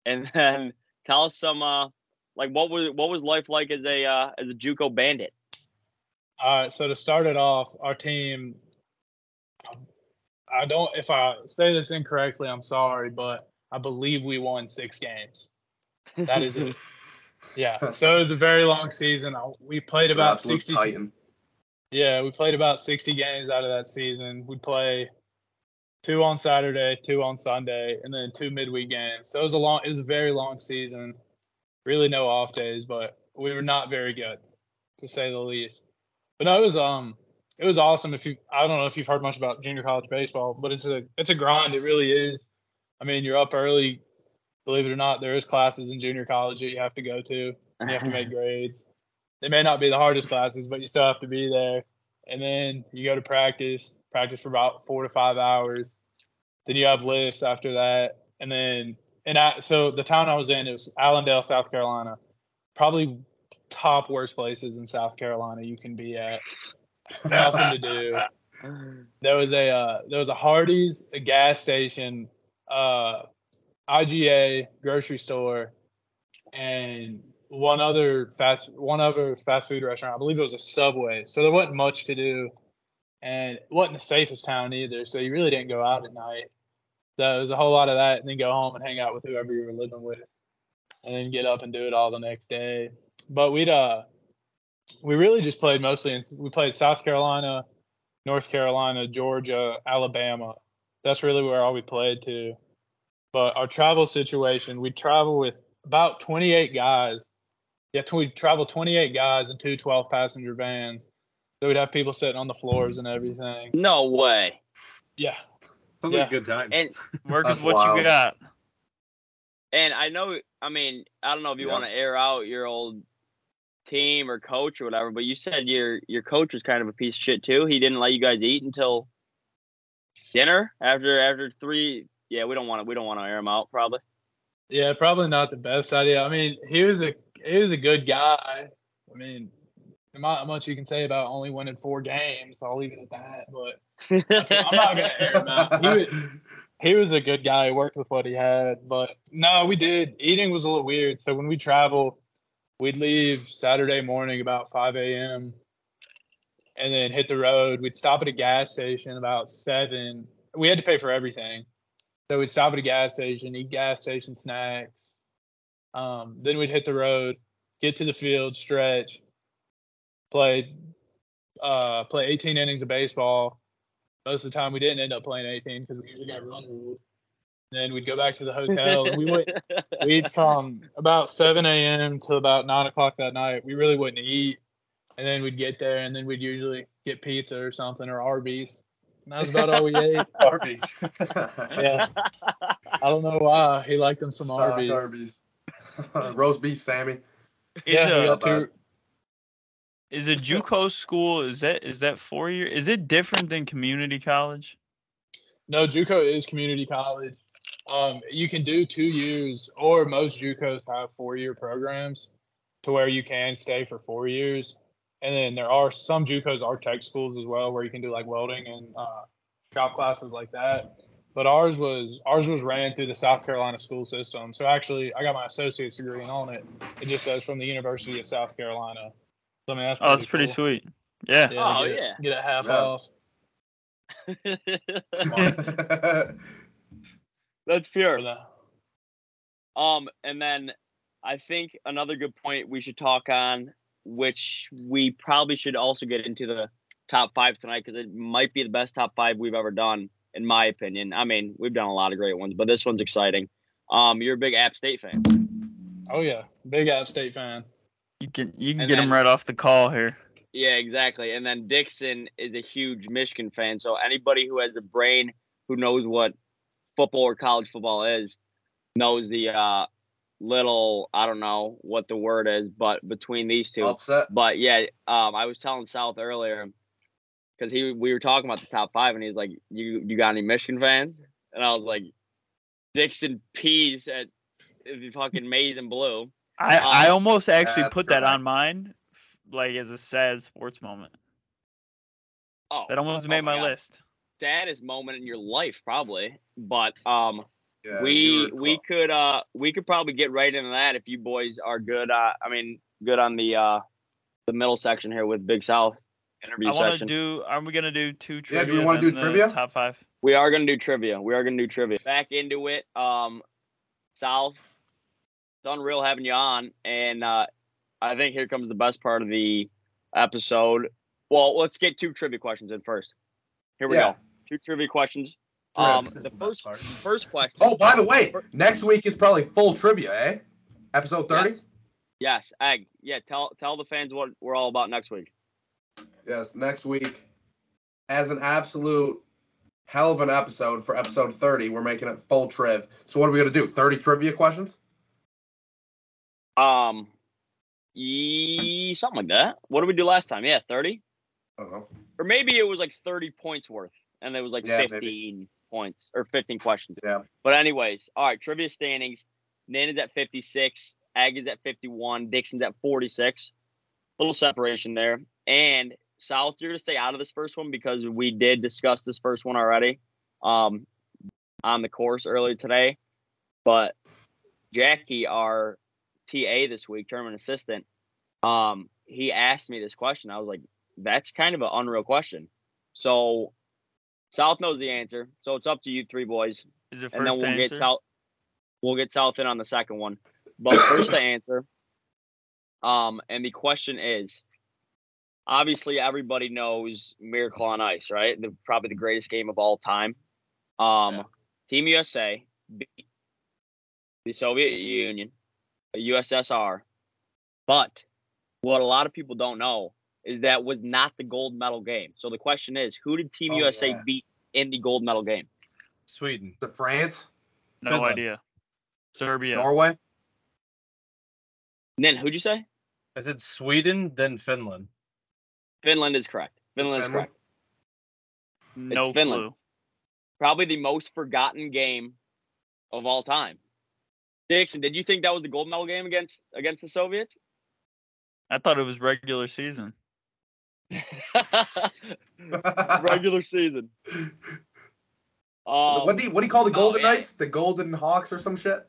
D: and then tell us some uh like what was what was life like as a uh, as a JUCO bandit?
C: All right, Uh, so to start it off, our team. I don't. If I say this incorrectly, I'm sorry, but I believe we won six games. That is it. yeah. So it was a very long season. I- We played
A: It's an
C: about
A: absolute
C: 60.
A: Titan.
C: Yeah, we played about 60 games out of that season. We play two on Saturday, two on Sunday, and then two midweek games. So it was a long. It was a very long season. Really no off days, but we were not very good, to say the least. But no, it was um, it was awesome. If you, I don't know if you've heard much about junior college baseball, but it's a it's a grind. It really is. I mean, you're up early. Believe it or not, there is classes in junior college that you have to go to. and You have to make grades. They may not be the hardest classes, but you still have to be there. And then you go to practice, practice for about four to five hours. Then you have lifts after that. And then, and I, so the town I was in is Allendale, South Carolina, probably top worst places in South Carolina you can be at. Nothing to do there was a uh, there was a Hardee's, a gas station, uh, IGA grocery store, and one other fast one other fast food restaurant. I believe it was a Subway. So there wasn't much to do, and it wasn't the safest town either. So you really didn't go out at night. So there was a whole lot of that, and then go home and hang out with whoever you were living with, and then get up and do it all the next day. But we'd uh, we really just played mostly in we played South Carolina. North Carolina, Georgia, Alabama. That's really where all we played to. But our travel situation, we travel with about 28 guys. Yeah, we travel 28 guys in two 12 passenger vans. So we'd have people sitting on the floors and everything.
D: no way.
C: Yeah.
E: Sounds
C: Yeah.
E: like a good time.
D: And
B: Work
A: That's
B: with what you
A: wild.
B: got.
D: and I know I mean, I don't know if you
A: Yeah.
D: want to air out your old team or coach or whatever, but you said your your coach was kind of a piece of shit too. He didn't let you guys eat until dinner after after three yeah, we don't want to we don't want to air him out probably.
C: Yeah, probably not the best idea. I mean, he was a he was a good guy. I mean, not much you can say about only winning four games. I'll leave it at that. But I'm not gonna air him out. He was, he was a good guy. He worked with what he had, but no, we did. Eating was a little weird. So when we travel, we'd leave Saturday morning about 5 a.m. and then hit the road. We'd stop at a gas station about seven. We had to pay for everything, so we'd stop at a gas station, eat gas station snacks. Um, then we'd hit the road, get to the field, stretch, play, uh, play 18 innings of baseball most of the time we didn't end up playing 18 because we usually got run ruled. Then we'd go back to the hotel. and we went. We'd from about 7 a.m. to about nine o'clock that night. We really wouldn't eat, and then we'd get there, and then we'd usually get pizza or something or Arby's. And that was about all we ate.
E: Arby's.
C: Yeah, I don't know why he liked them some
A: Stock
C: Arby's.
A: Arby's. Roast beef, Sammy.
B: Is
C: Yeah, we
B: a
C: got two,
B: is a JUCO school? Is that is that four year? Is it different than community college?
C: No, JUCO is community college. Um, you can do two years, or most JUCOs have four-year programs, to where you can stay for four years. And then there are some JUCOs are tech schools as well, where you can do like welding and uh, shop classes like that. But ours was ours was ran through the South Carolina school system. So actually, I got my associate's degree on it. It just says from the University of South Carolina. So, I mean, that's
B: Oh, that's pretty
C: cool.
B: sweet. Yeah.
C: Yeah,
D: Oh,
C: get it-
D: yeah.
C: get it half
A: Yeah.
C: off.
D: That's pure.
C: for that.
D: Um, and then I think another good point we should talk on, which we probably should also get into the top five tonight because it might be the best top five we've ever done, in my opinion. I mean, we've done a lot of great ones, but this one's exciting. Um, you're a big App State fan.
C: Oh yeah, big App State fan.
B: You can you can
D: And
B: get
D: then-
B: them right off the call here.
D: Yeah, exactly. And then Dixon is a huge Michigan fan. So anybody who has a brain who knows what football or college football is knows the uh, little I don't know what the word is, but between these two,
A: Upset.
D: But yeah, um, I was telling South earlier because he we were talking about the top five, and he's like, "You you got any Michigan fans?" And I was like, "Dixon Pease at the fucking maize and blue."
B: I
D: Um,
B: I almost actually
A: that's
B: put that
A: correct.
B: on mine, f- like as a sad sports moment.
D: Oh,
B: That almost
D: oh
B: made
D: my
B: my
D: God.
B: list.
D: saddest moment in your life, probably. But um,
A: Yeah, you
D: we
A: were
D: we
A: close.
D: could uh we could probably get right into that if you boys are good. Uh, I mean, good on the uh the middle section here with Big South interview
B: I want to
D: section.
B: do. Are we gonna do two trivia?
A: Yeah, do we wanna
B: then
A: do
B: the
A: trivia?
B: Top five.
D: We are gonna do trivia. We are gonna do trivia. Back into it. Um, Sal, it's unreal having you on, and uh, I think here comes the best part of the episode. Well, let's get two trivia questions in first. Here we
A: Yeah.
D: go. Two trivia questions.
E: Yeah,
D: Um,
E: this is
D: the
E: the best
D: first
E: part.
D: first question.
A: Oh, by the way, next week is probably full trivia, eh? Episode 30?
D: Yes. Yes, Ag. Yeah, tell tell the fans what we're all about next week.
A: Yes, next week, as an absolute hell of an episode for episode 30, we're making it full triv. So, what are we going to do? 30 trivia questions?
D: Um, ye, something like that. What did we do last time? Yeah, thirty.
A: I don't know.
D: or maybe it was like 30 points worth and it was like
A: Yeah,
D: 15
A: maybe.
D: points or 15 questions
A: Yeah.
D: but anyways all right trivia standings nan is at 56 ag is at 51 dixon's at 46 little separation there and south you're gonna stay out of this first one because we did discuss this first one already um on the course earlier today but jackie our ta this week tournament assistant um he asked me this question i was like that's kind of an unreal question. So South knows the answer. So it's up to you three boys.
B: Is it first
D: And then we'll
B: answer?
D: get South we'll get South in on the second one. But first to answer. Um, and the question is obviously everybody knows Miracle on Ice, right? The, probably the greatest game of all time. Um
A: Yeah.
D: Team USA beat the Soviet Union, the USSR. But what a lot of people don't know is that was not the gold medal game. So the question is, who did Team
E: Oh,
D: USA
E: yeah.
D: beat in the gold medal game?
E: Sweden.
A: To France?
B: no
E: Finland.
B: idea. Serbia.
A: Norway?
D: Nin, who'd you say?
E: I said Sweden, then Finland.
D: Finland is correct. Finland is
A: Finland?
D: correct.
B: no
D: it's Finland.
B: clue.
D: Probably the most forgotten game of all time. Dixon, did you think that was the gold medal game against against the Soviets?
B: I thought it was regular season.
D: Regular season. Um,
A: what do you, what do you call the
D: oh,
A: Golden
D: yeah.
A: Knights? The Golden Hawks or some shit?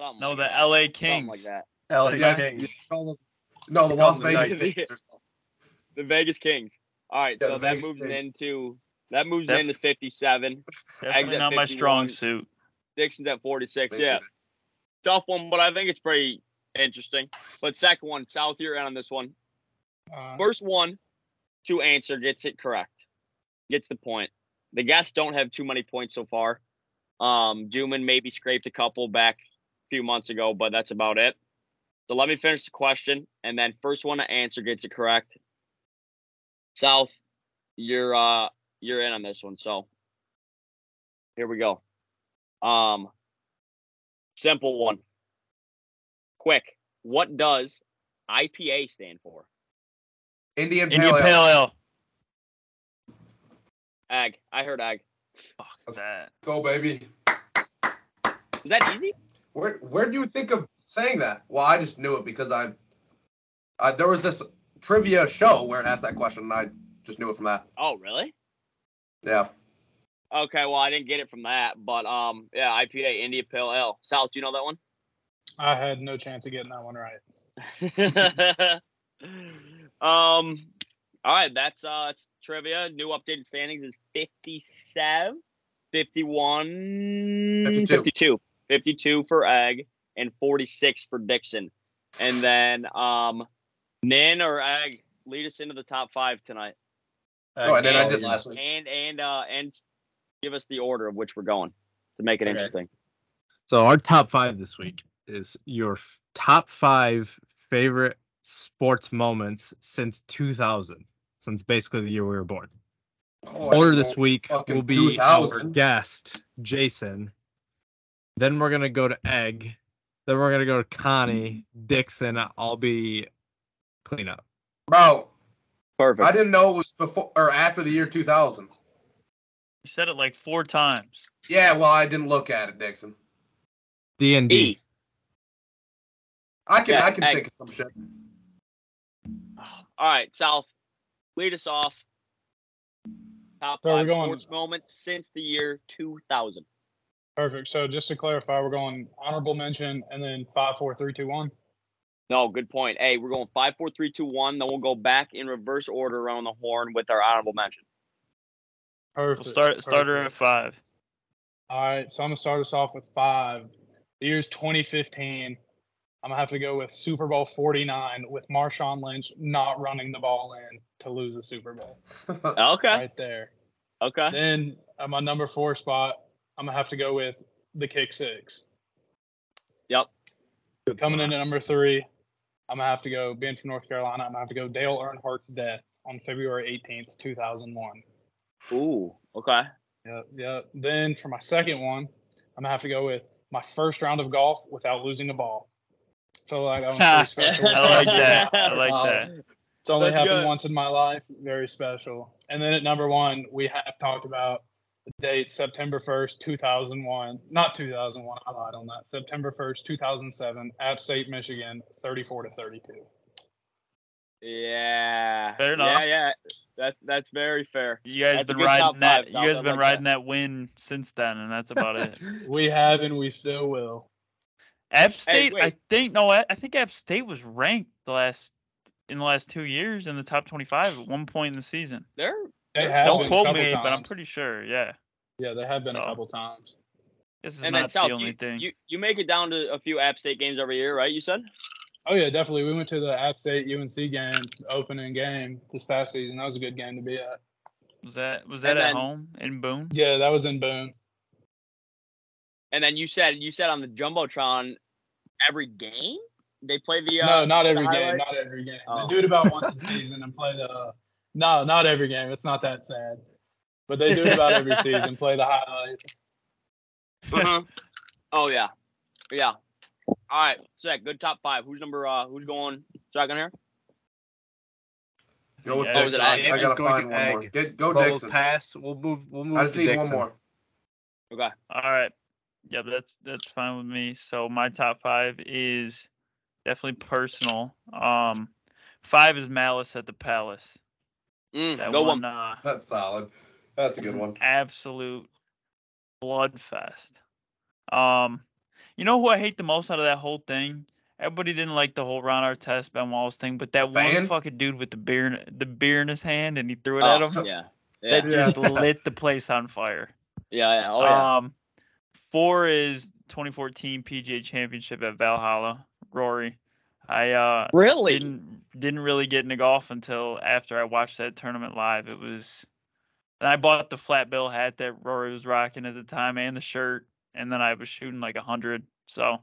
D: something
B: No,
D: like
B: the
D: that.
B: LA
D: Something
B: Kings.
D: like that.
E: LA
A: Yeah.
E: Kings.
A: you call them- No, the
E: You call
A: Las
E: them the
A: Vegas.
D: Knights.
A: Kings or something.
D: The Vegas Kings. All right,
A: Yeah,
D: so
A: the
D: that
A: Vegas
D: moves
A: Kings.
D: into that moves
B: Def-
D: into fifty-seven.
B: Definitely
D: Exit
B: not my
D: 51.
B: strong suit.
D: Dixon's at forty-six. Yeah, tough one, but I think it's pretty interesting. But second one, South, you're in on this one.
C: Uh,
D: First one to answer gets it correct, gets the point. The guests don't have too many points so far. Um, Duman maybe scraped a couple back a few months ago, but that's about it. So let me finish the question, and then first one to answer gets it correct. South, you're uh you're in on this one, so here we go. Um, simple one, quick. What does IPA stand for?
A: Indian
B: Indian
A: Pale Ale.
B: Pale Ale.
D: Ag. I heard ag.
B: Fuck that.
A: Go baby.
D: Was that easy?
A: Where where do you think of saying that? Well, I just knew it because I, I there was this trivia show where it asked that question, and I just knew it from that.
D: Oh, really?
A: Yeah,
D: Okay, well, I didn't get it from that, but um, yeah, IPA, India Pale Ale. Sal, do you know that
C: I had no chance of getting that one right.
D: one? um, all right, that's uh, that's trivia. New updated standings is 57, 51,
A: 52.
D: 52, 52 for Ag and 46 for Dixon. And then um, Nin or Ag lead us into the top five tonight.
A: Oh, and then I
E: Uh,
A: did last week.
D: and and uh and give us the order of which we're going to make it
E: Okay.
D: interesting.
E: So our top five this week is your f- top five favorite sports moments since 2000, since basically the year we were born.
A: Oh, I
E: Order
A: don't
E: this week
A: fucking
E: will be
A: 2000.
E: our guest Jason. Then we're gonna go to Egg. Then we're gonna go to Connie Dixon. I'll be cleanup.
A: Bro, I
D: Perfect.
A: didn't know it was before or after the year 2000.
B: You said it like four times.
A: Yeah, well, I didn't look at it, Dixon.
E: D and
D: E.
E: D.
A: I can
D: Yeah,
A: I can
D: hey.
A: think of some shit.
D: All right, South, lead us off. Top
C: So we're
D: five
C: going-
D: sports moments since the year 2000.
C: Perfect. So just to clarify, we're going honorable mention and then five, four, three, two, one.
D: No, good point. Hey, we're going five, four, three, two, one. Then we'll go back in reverse order around the horn with our honorable mention.
C: Perfect.
B: We'll start starter at
C: perfect.
B: five.
C: All right, so I'm gonna start us off with five. The year's 2015. I'm gonna have to go with Super Bowl 49 with Marshawn Lynch not running the ball in to lose the Super Bowl.
D: Oh, Okay.
C: Right there.
D: Okay.
C: Then at my number four spot, I'm gonna have to go with the kick six.
D: Yep.
C: Coming in at number three, I'm gonna have to go being from North Carolina. I'm gonna have to go Dale Earnhardt's death on February 18th, 2001.
D: Ooh. Okay.
C: Yep, yep. Then for my second one, I'm gonna have to go with my first round of golf without losing a ball. Feel like that one's pretty special.
B: I like that. I like that.
C: It's only
D: That's
C: happened
D: good.
C: once in my life. Very special. And then at number one, we have talked about the date September 1st, 2001. Not 2001. I lied on that. September 1st, 2007. App State, Michigan, 34 to 32.
D: Yeah.
B: Fair
D: Yeah,
B: enough.
D: yeah. That's that's very fair.
B: You guys
D: That's a
B: been
D: good top
B: riding that.
D: five,
B: You
D: South. I
B: guys been
D: like
B: riding that. win since then, and that's about it.
C: We have and we still will.
B: App State, I
D: wait.
B: think no, I I think App State was ranked the last in the last two years in the top twenty-five at one point in the season.
D: There.
C: They
D: Don't
C: have
B: Don't
C: been a
B: quote
C: couple
B: me, but I'm
C: times.
B: pretty sure. Yeah,
C: Yeah, they have been
B: So.
C: a couple times.
B: this is
D: And then
B: not
D: South,
B: the only
D: you,
B: thing.
D: you you make it down to a few App State games every year, right? You said.
C: Oh yeah, definitely. We went to the App State UNC game, opening game this past season. That was a good game to be at.
B: was that was
D: and
B: that at
D: then-
B: home in Boone?
C: Yeah, that was in Boone.
D: And then you said you said on the jumbotron, every game they play the. Uh,
C: no, not every
D: the
C: game.
D: highlight?
C: Not every game.
D: Oh.
C: They do it about once a season and play the. No, not every game. It's not that sad, but they do it about every season. Play the highlight.
D: Uh-huh. oh yeah, yeah. All right, Zach. Good top five. Who's number? Uh, who's going second here?
A: You know what,
B: Yeah,
D: Oh, was it
A: Dixon? I,
D: Ag?
A: I
E: It's
A: gotta
E: going
A: find
E: to
A: one more.
E: Ag.
A: Get, go
E: But we'll
A: Dixon.
E: pass. We'll move. We'll move
A: I just
E: to
A: need
E: Dixon.
A: one more.
D: Okay.
B: All right. Yeah, that's that's fine with me. So my top five is definitely personal. Um, five is Malice at the Palace.
D: Mm,
B: That
D: go
B: one,
D: one.
B: uh,
A: That's solid. That's a
B: was
A: good
B: an
A: one.
B: absolute bloodfest. Um, you know who I hate the most out of that whole thing? Everybody didn't like the whole Ron Artest Ben Wallace thing, but that one
A: Fan?
B: fucking dude with the beer in, the beer in his hand and he threw it at
D: Oh,
B: him.
D: yeah. Yeah.
B: That just lit the place on fire.
D: yeah. Yeah. Oh, yeah.
B: Um, four is 2014 PGA Championship at Valhalla. Rory, I uh
D: really?
B: didn't didn't really get into golf until after I watched that tournament live. It was, and I bought the flat bill hat that Rory was rocking at the time and the shirt, and then I was shooting like a hundred. So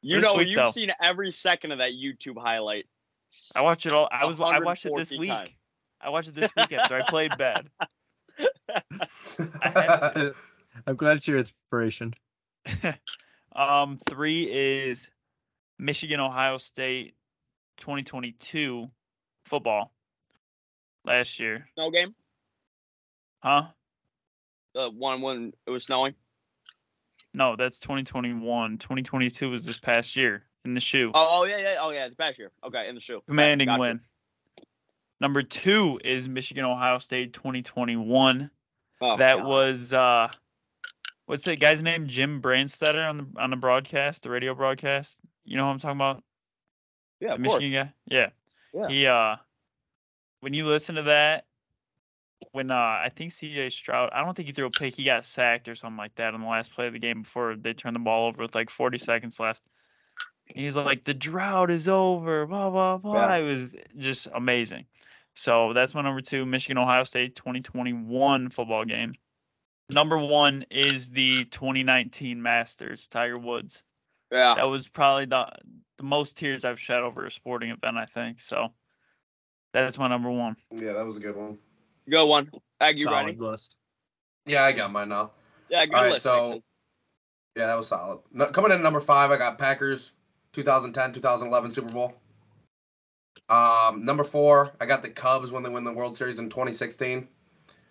D: You
B: was
D: know,
B: sweet,
D: you've
B: though.
D: seen every second of that YouTube highlight.
B: I watched it all. I was I watched it this
D: 114
B: week.
D: times.
B: I watched it this week after I played bad.
E: I'm glad it's your inspiration.
B: um, three is Michigan Ohio State 2022 football last year,
D: Snow game.
B: huh?
D: The one when it was snowing.
B: No, that's 2021. 2022 was this past year in the shoe.
D: Oh, oh yeah, yeah. Oh, yeah. The past year. Okay, in the shoe.
B: Commanding
D: Gotcha.
B: win. Number two is Michigan Ohio State 2021.
D: Oh,
B: that
D: God.
B: was uh, what's that guy's name? Jim Branstetter on the on the broadcast, the radio broadcast. You know who I'm talking about?
D: yeah,
B: the
D: of course.
B: Michigan guy. Yeah.
D: Yeah.
B: He uh when you listen to that, when uh I think CJ Stroud, I don't think he threw a pick, he got sacked or something like that on the last play of the game before they turned the ball over with like forty seconds left. And he's like, The drought is over, blah blah blah.
D: Yeah.
B: It was just amazing. So that's my number two, Michigan Ohio State 2021 football game. Number one is the 2019 Masters, Tiger Woods
D: Yeah.
B: that was probably the the most tears I've shed over a sporting event, I think. So that's my number one.
A: yeah, that was a good one.
D: Good one. Ag, you
E: Solid
D: ready?
E: list.
A: Yeah, I got mine now.
D: Yeah, good
A: All right,
D: list.
A: so-
D: Nixon.
A: Yeah, that was solid. No, coming in at number five, I got Packers, 2010, 2011 Super Bowl. Um, number four, I got the Cubs when they win the World Series in 2016.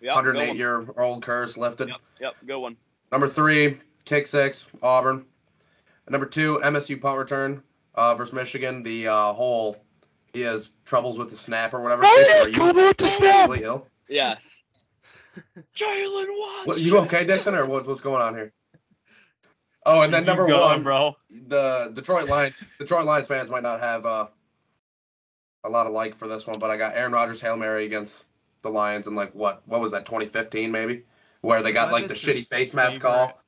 D: Yep, good
A: 108
D: one.
A: year old curse lifted.
D: Yep, yep, good one.
A: Number three, kick six, Auburn. Number two, MSU punt return uh, versus Michigan. The uh, hole, he has troubles with the snap or whatever. Dixon, are you
E: with the snap.
A: really ill?
D: Yes.
E: Jalen Watts.
A: What, you okay, Dixon, or what, what's going on here? Oh, and then
B: You
A: number
B: go,
A: one,
B: bro.
A: the Detroit Lions Detroit Lions fans might not have uh, a lot of like for this one, but I got Aaron Rodgers hail mary against the Lions in like what what was that 2015 maybe where they got like the shitty face mask call.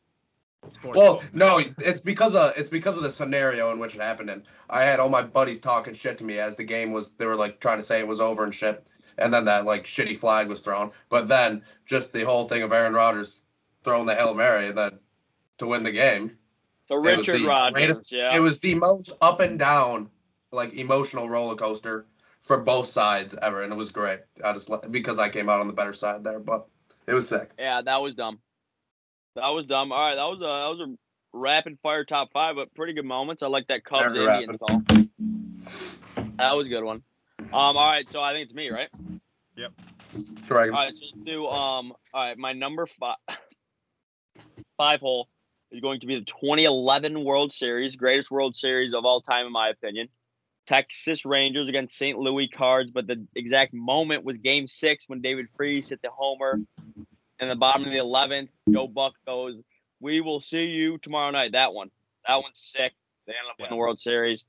A: Well, no, it's because of it's because of the scenario in which it happened. And I had all my buddies talking shit to me as the game was. They were like trying to say it was over and shit. And then that like shitty flag was thrown. But then just the whole thing of Aaron Rodgers throwing the hail mary and then to win the game.
D: So
A: was
D: Richard
A: the
D: Rodgers.
A: greatest-
D: yeah.
A: It was the most up and down, like emotional roller coaster for both sides ever, and it was great. I just let- because I came out on the better side there, but it was sick.
D: yeah, that was dumb. That was dumb. All right, that was a that was a rapid fire top five, but pretty good moments. I like that Cubs
A: Very
D: Indians call. That was a good one. Um, all right, so I think it's me, right?
A: Correct.
D: All right, so let's do um. All right, my number five five hole is going to be the 2011 World Series, greatest World Series of all time, in my opinion. Texas Rangers against St. Louis Cards, but the exact moment was Game Six when David Freese hit the homer in the bottom of the 11th. Go Buck goes. We will see you tomorrow night. That one, that one's sick. They ended up winning the World Series.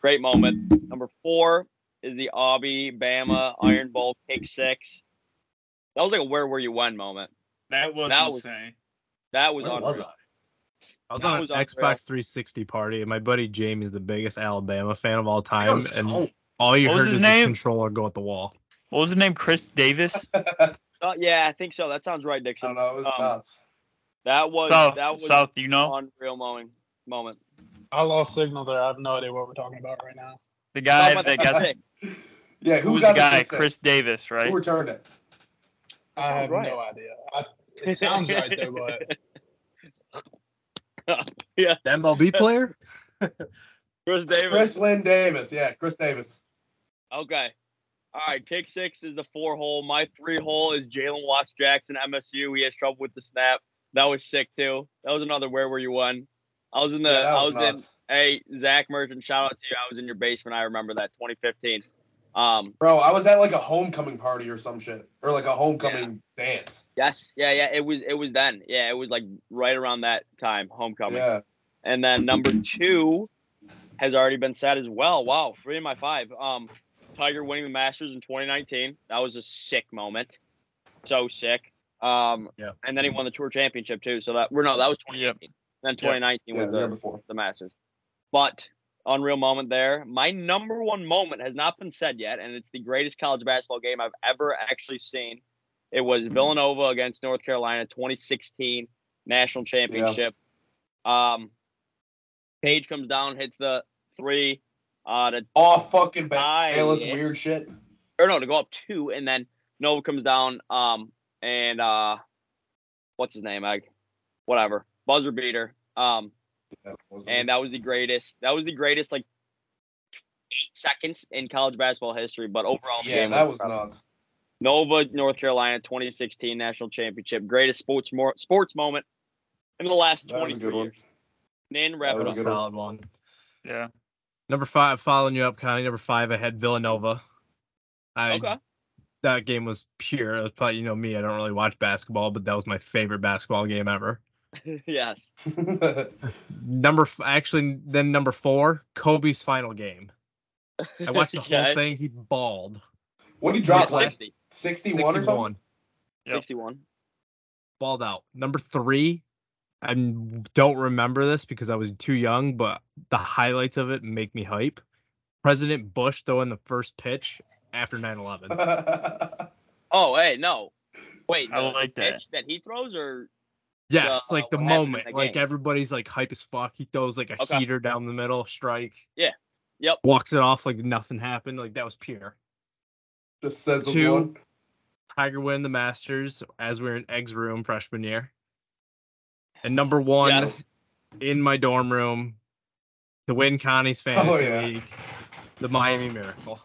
D: Great moment. Number four is the Aubie Bama Iron Bowl Kick Six. That was like a where were you when moment.
B: That was
D: That was-
B: insane.
D: That was
A: Where
D: on.
A: was I?
E: I was
D: That
E: on
D: was
E: an
D: unreal.
E: Xbox 360 party, and my buddy Jamie's the biggest Alabama fan of all
A: I was
E: time,
A: just
E: and
A: home.
E: all you
B: What was
E: heard
B: his
E: is
B: name?
E: his controller go at the wall.
B: What was the name? Chris Davis.
D: Uh, yeah, I think so. That sounds right,
A: I
D: Dixon.
A: don't know. It was
D: Um,
A: nuts.
D: That was
B: South.
D: that was
B: South. You know
D: unreal moment. Moment.
C: I lost signal there. I have no idea what we're talking about right now.
B: the
D: Talking
B: guy
D: about
B: that
D: the
B: got.
D: six.
A: Yeah,
B: Who
A: who
B: was
A: got
B: the guy?
A: kick six?
B: Chris Davis, right?
A: Who returned it?
C: I have
D: right.
C: no idea. I, it sounds right though, but
E: The MLB player?
D: Chris Davis.
A: Chris Lynn Davis. Yeah, Chris Davis.
D: Okay. All right. Kick six is the four hole. My three hole is Jalen Watts Jackson, MSU. He has trouble with the snap. That was sick too. That was another where were you one. I was in the
A: yeah, that
D: I
A: was
D: was in
A: nuts.
D: Hey, Zach Merchant, shout out to you. I was in your basement. I remember that 2015. Um,
A: Bro, I was at like a homecoming party or some shit, or like a homecoming dance.
D: yes, yeah, yeah. It was it was then. Yeah, it was like right around that time, homecoming.
A: Yeah.
D: And then number two has already been said as well. Wow, three of my five. Um, Tiger winning the Masters in 2019. That was a sick moment. So sick. Um,
E: Yeah.
D: And then he won the Tour Championship too. So that we're no, that was 2018. Then 2019
A: yeah,
D: was uh,
A: the year
D: the,
A: before.
D: the Masters. But unreal moment there. My number one moment has not been said yet, and it's the greatest college basketball game I've ever actually seen. It was Villanova against North Carolina, 2016 national championship. Um, Page comes down, hits the three uh, to
A: All fucking bad.
D: Aye.
A: Bayless weird shit.
D: or no, to go up two, and then Nova comes down. Um, and uh, what's his name? Egg, whatever, buzzer beater. Um, and that was the greatest. That was the greatest like eight seconds in college basketball history. But overall, the
A: yeah,
D: game
A: that was
D: incredible.
A: nuts.
D: Nova, North Carolina, 2016 national championship, greatest sports mo- sports moment in the last
A: That was a
D: 23
A: good one.
D: years. Then wrap
A: That
D: it up.
E: That was a
A: good one.
E: solid one.
B: Yeah.
E: Number five, following you up, Connie. Number five, I had Villanova. I
D: Okay.
E: that game was pure. It was probably you know me. I don't really watch basketball, but that was my favorite basketball game ever.
D: yes.
E: Number f- actually, then number four, Kobe's final game. I watched the whole
D: Okay.
E: thing. He balled.
A: what did he
E: dropped
A: drop?
E: Yeah,
A: Like
D: 60,
A: 61, or something?
E: Sixty-one,
B: Yep.
D: 61.
E: balled out. Number three, I n- don't remember this because I was too young, but the highlights of it make me hype. President Bush throwing the first pitch after 9-11.
D: Oh, hey, no. Wait,
B: I
D: the
B: like that.
D: pitch that he throws or
E: Yes,
D: uh,
E: like the
D: what happened in
E: moment,
D: the
E: like
D: game.
E: everybody's like hype as fuck. He throws like a
D: Okay.
E: heater down the middle, strike.
D: Yeah. Yep.
E: Walks it off like nothing happened. Like that was pure.
A: Just says the
E: Two.
A: one.
E: Tiger win the Masters as we were in Egg's room freshman year. And number one
D: Yes.
E: in my dorm room to win Connie's fantasy
A: Oh, yeah.
E: league, the Miami Miracle.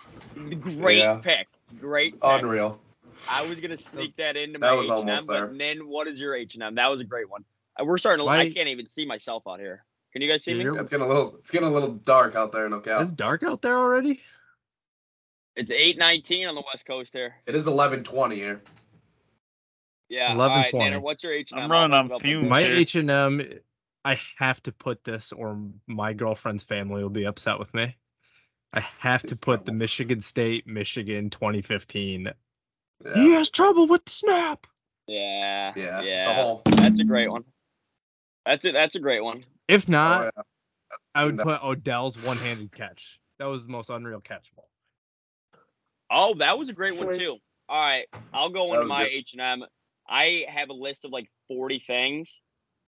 D: Great
A: Yeah. Oh,
D: pick. Great. Pick.
A: Unreal.
D: I was gonna sneak that into my
A: that was
D: H&M,
A: almost there.
D: but then what is your H and M? That was a great one. Uh, We're starting. To, I
E: My-
D: can't even see myself out here. Can you guys see me?
E: You're-
A: It's getting a little. It's getting a little dark out there in Ocala.
E: It's dark out there already.
D: It's eight nineteen on the West Coast here.
A: It is 11:20 here.
D: Yeah.
E: 11:20.
D: All right, Tanner, what's your H and
B: I'm running on fumes.
E: My
B: Sure.
E: H and M, I have to put this, or my girlfriend's family will be upset with me. I have to
A: It's
E: put the
A: trouble.
E: Michigan State, Michigan 2015.
A: Yeah.
E: He has trouble with the snap.
D: Yeah.
A: Yeah.
D: Yeah.
A: The whole.
D: That's a great one. That's it. That's a great one.
E: If not,
A: Oh, yeah.
E: I would
A: No.
E: put Odell's one-handed catch. That was the most unreal catch ball.
D: Oh, that was a great one
A: Sweet.
D: too. All right, I'll go
A: That
D: into
A: was
D: my
A: good.
D: H and M. I have a list of like forty things.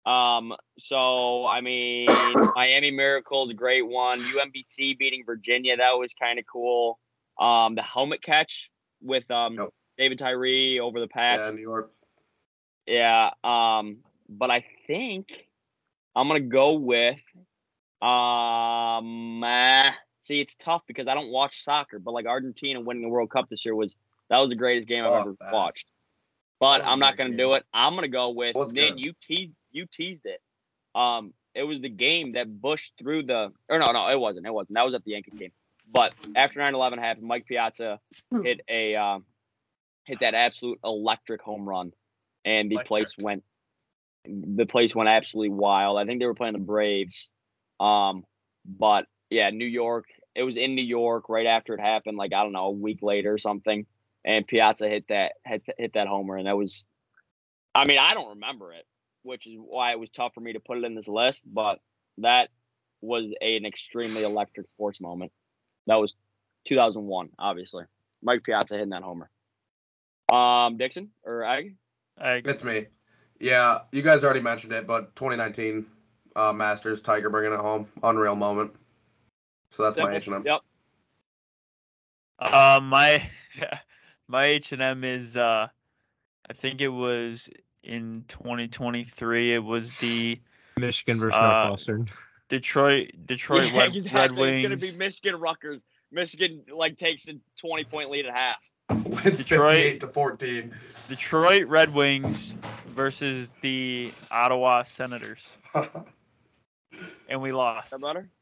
D: Um, so I mean, Miami Miracle is a great one. UMBC beating Virginia, that was kind of cool. Um, the helmet catch with um
A: Yep.
D: David Tyree over the
A: yeah.
D: pass.
A: New York.
D: Yeah. Um, but I think I'm gonna go with um uh, see it's tough because I don't watch soccer, but like Argentina winning the World Cup this year was that was the greatest game I've
A: Oh,
D: ever
A: that-
D: watched.
A: that
D: But
A: was
D: I'm
A: a
D: not
A: great
D: gonna
A: game.
D: do it. I'm gonna go with
A: Well, it's
D: Nin,
A: good.
D: you teased you teased it. Um it was the game that Bush threw the or no, no, it wasn't. It wasn't. That was at the Yankee game. But after 9-11 happened, Mike Piazza hit a um, hit that absolute electric home run, and the place
E: Electric.
D: went the place went absolutely wild. I think they were playing the Braves, um, but yeah, New York. It was in New York right after it happened, like I don't know, a week later or something. And Piazza hit that hit, hit that homer, and that was, I mean, I don't remember it, which is why it was tough for me to put it in this list. But that was a, an extremely electric sports moment. That was 2001, obviously. Mike Piazza hitting that homer. Um, Dixon or Ag?
B: Egg.
A: It's me. Yeah, you guys already mentioned it, but 2019 uh, Masters Tiger bringing it home, unreal moment. So that's my H and M.
D: Yep.
B: Uh, my my H and M is uh, I think it was in 2023. It was the
E: Michigan versus
B: Uh,
E: Northwestern.
B: Detroit Detroit
D: Yeah,
B: Red,
D: exactly.
B: Red Wings.
D: It's gonna be Michigan Rutgers. Michigan like takes a 20 point lead at half.
A: It's
B: Detroit.
A: 58 to 14.
B: Detroit Red Wings versus the Ottawa Senators, and we lost.
D: Is that better?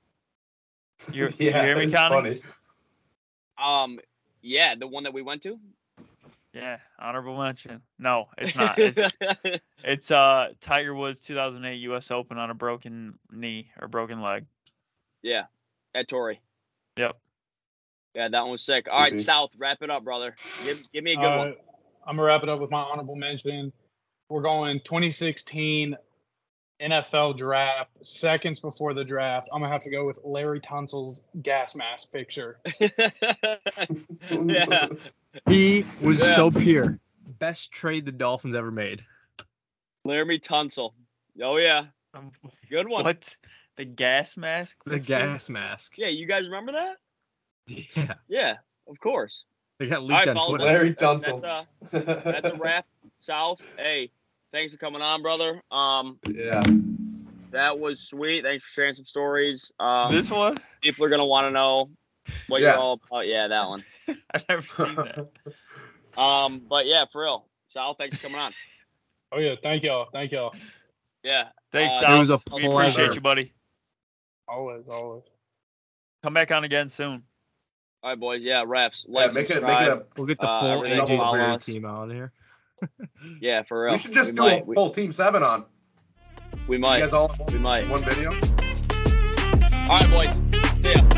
B: You, you hear me,
A: it's
B: Connie?
A: funny.
D: Um, Yeah, the one that we went to.
B: Yeah, honorable mention. No, it's not. It's it's uh Tiger Woods 2008 U.S. Open on a broken knee or broken leg.
D: yeah, at Torrey.
B: Yep.
D: Yeah, that one was sick. All right,
A: Mhm.
D: South, wrap it up, brother. Give, give me a good
C: Uh,
D: one.
C: I'm gonna wrap it up with my honorable mention. We're going 2016 NFL draft, seconds before the draft. I'm gonna have to go with Larry Tunsil's gas mask picture.
D: yeah,
E: He was
D: Yeah.
E: so pure. Best trade the Dolphins ever made.
D: Laramie Tunsil. Oh yeah,
B: Um,
D: good one.
B: What? The gas mask?
E: The gas mask.
D: Yeah, you guys remember that?
E: Yeah.
D: Yeah, of course.
E: They got
D: All
E: leaked
D: right,
E: on
D: fellas,
E: Twitter.
A: Larry
D: that's-
A: Tunsil.
D: That's, uh, that's a wrap. South, hey, thanks for coming on, brother. Um,
A: yeah.
D: that was sweet. Thanks for sharing some stories. Um,
B: This one?
D: people are gonna want to know what
A: Yes.
D: you're all about. Yeah, that one.
B: I've never seen that.
D: Um, but yeah, for real, South, thanks for coming on.
C: Oh yeah, thank y'all, thank y'all.
D: Yeah,
B: Thanks,
D: Uh,
B: Sal.
E: It was a
B: we appreciate
E: pleasure.
B: you, buddy.
C: Always, always.
B: Come back on again soon.
D: all right, boys. Yeah, refs.
A: yeah,
D: Like,
A: make it, make
D: subscribe.
A: it a.
E: We'll get the
D: Uh,
E: full
D: everything
E: AJ
D: follow
E: Brown
D: us.
E: team out here.
D: Yeah, for real.
A: We should just
D: we
A: do
D: might.
A: a
D: We,
A: full team seven on.
D: we
A: You
D: might.
A: guys all in
D: We might.
A: one video.
D: All right, boys. See ya.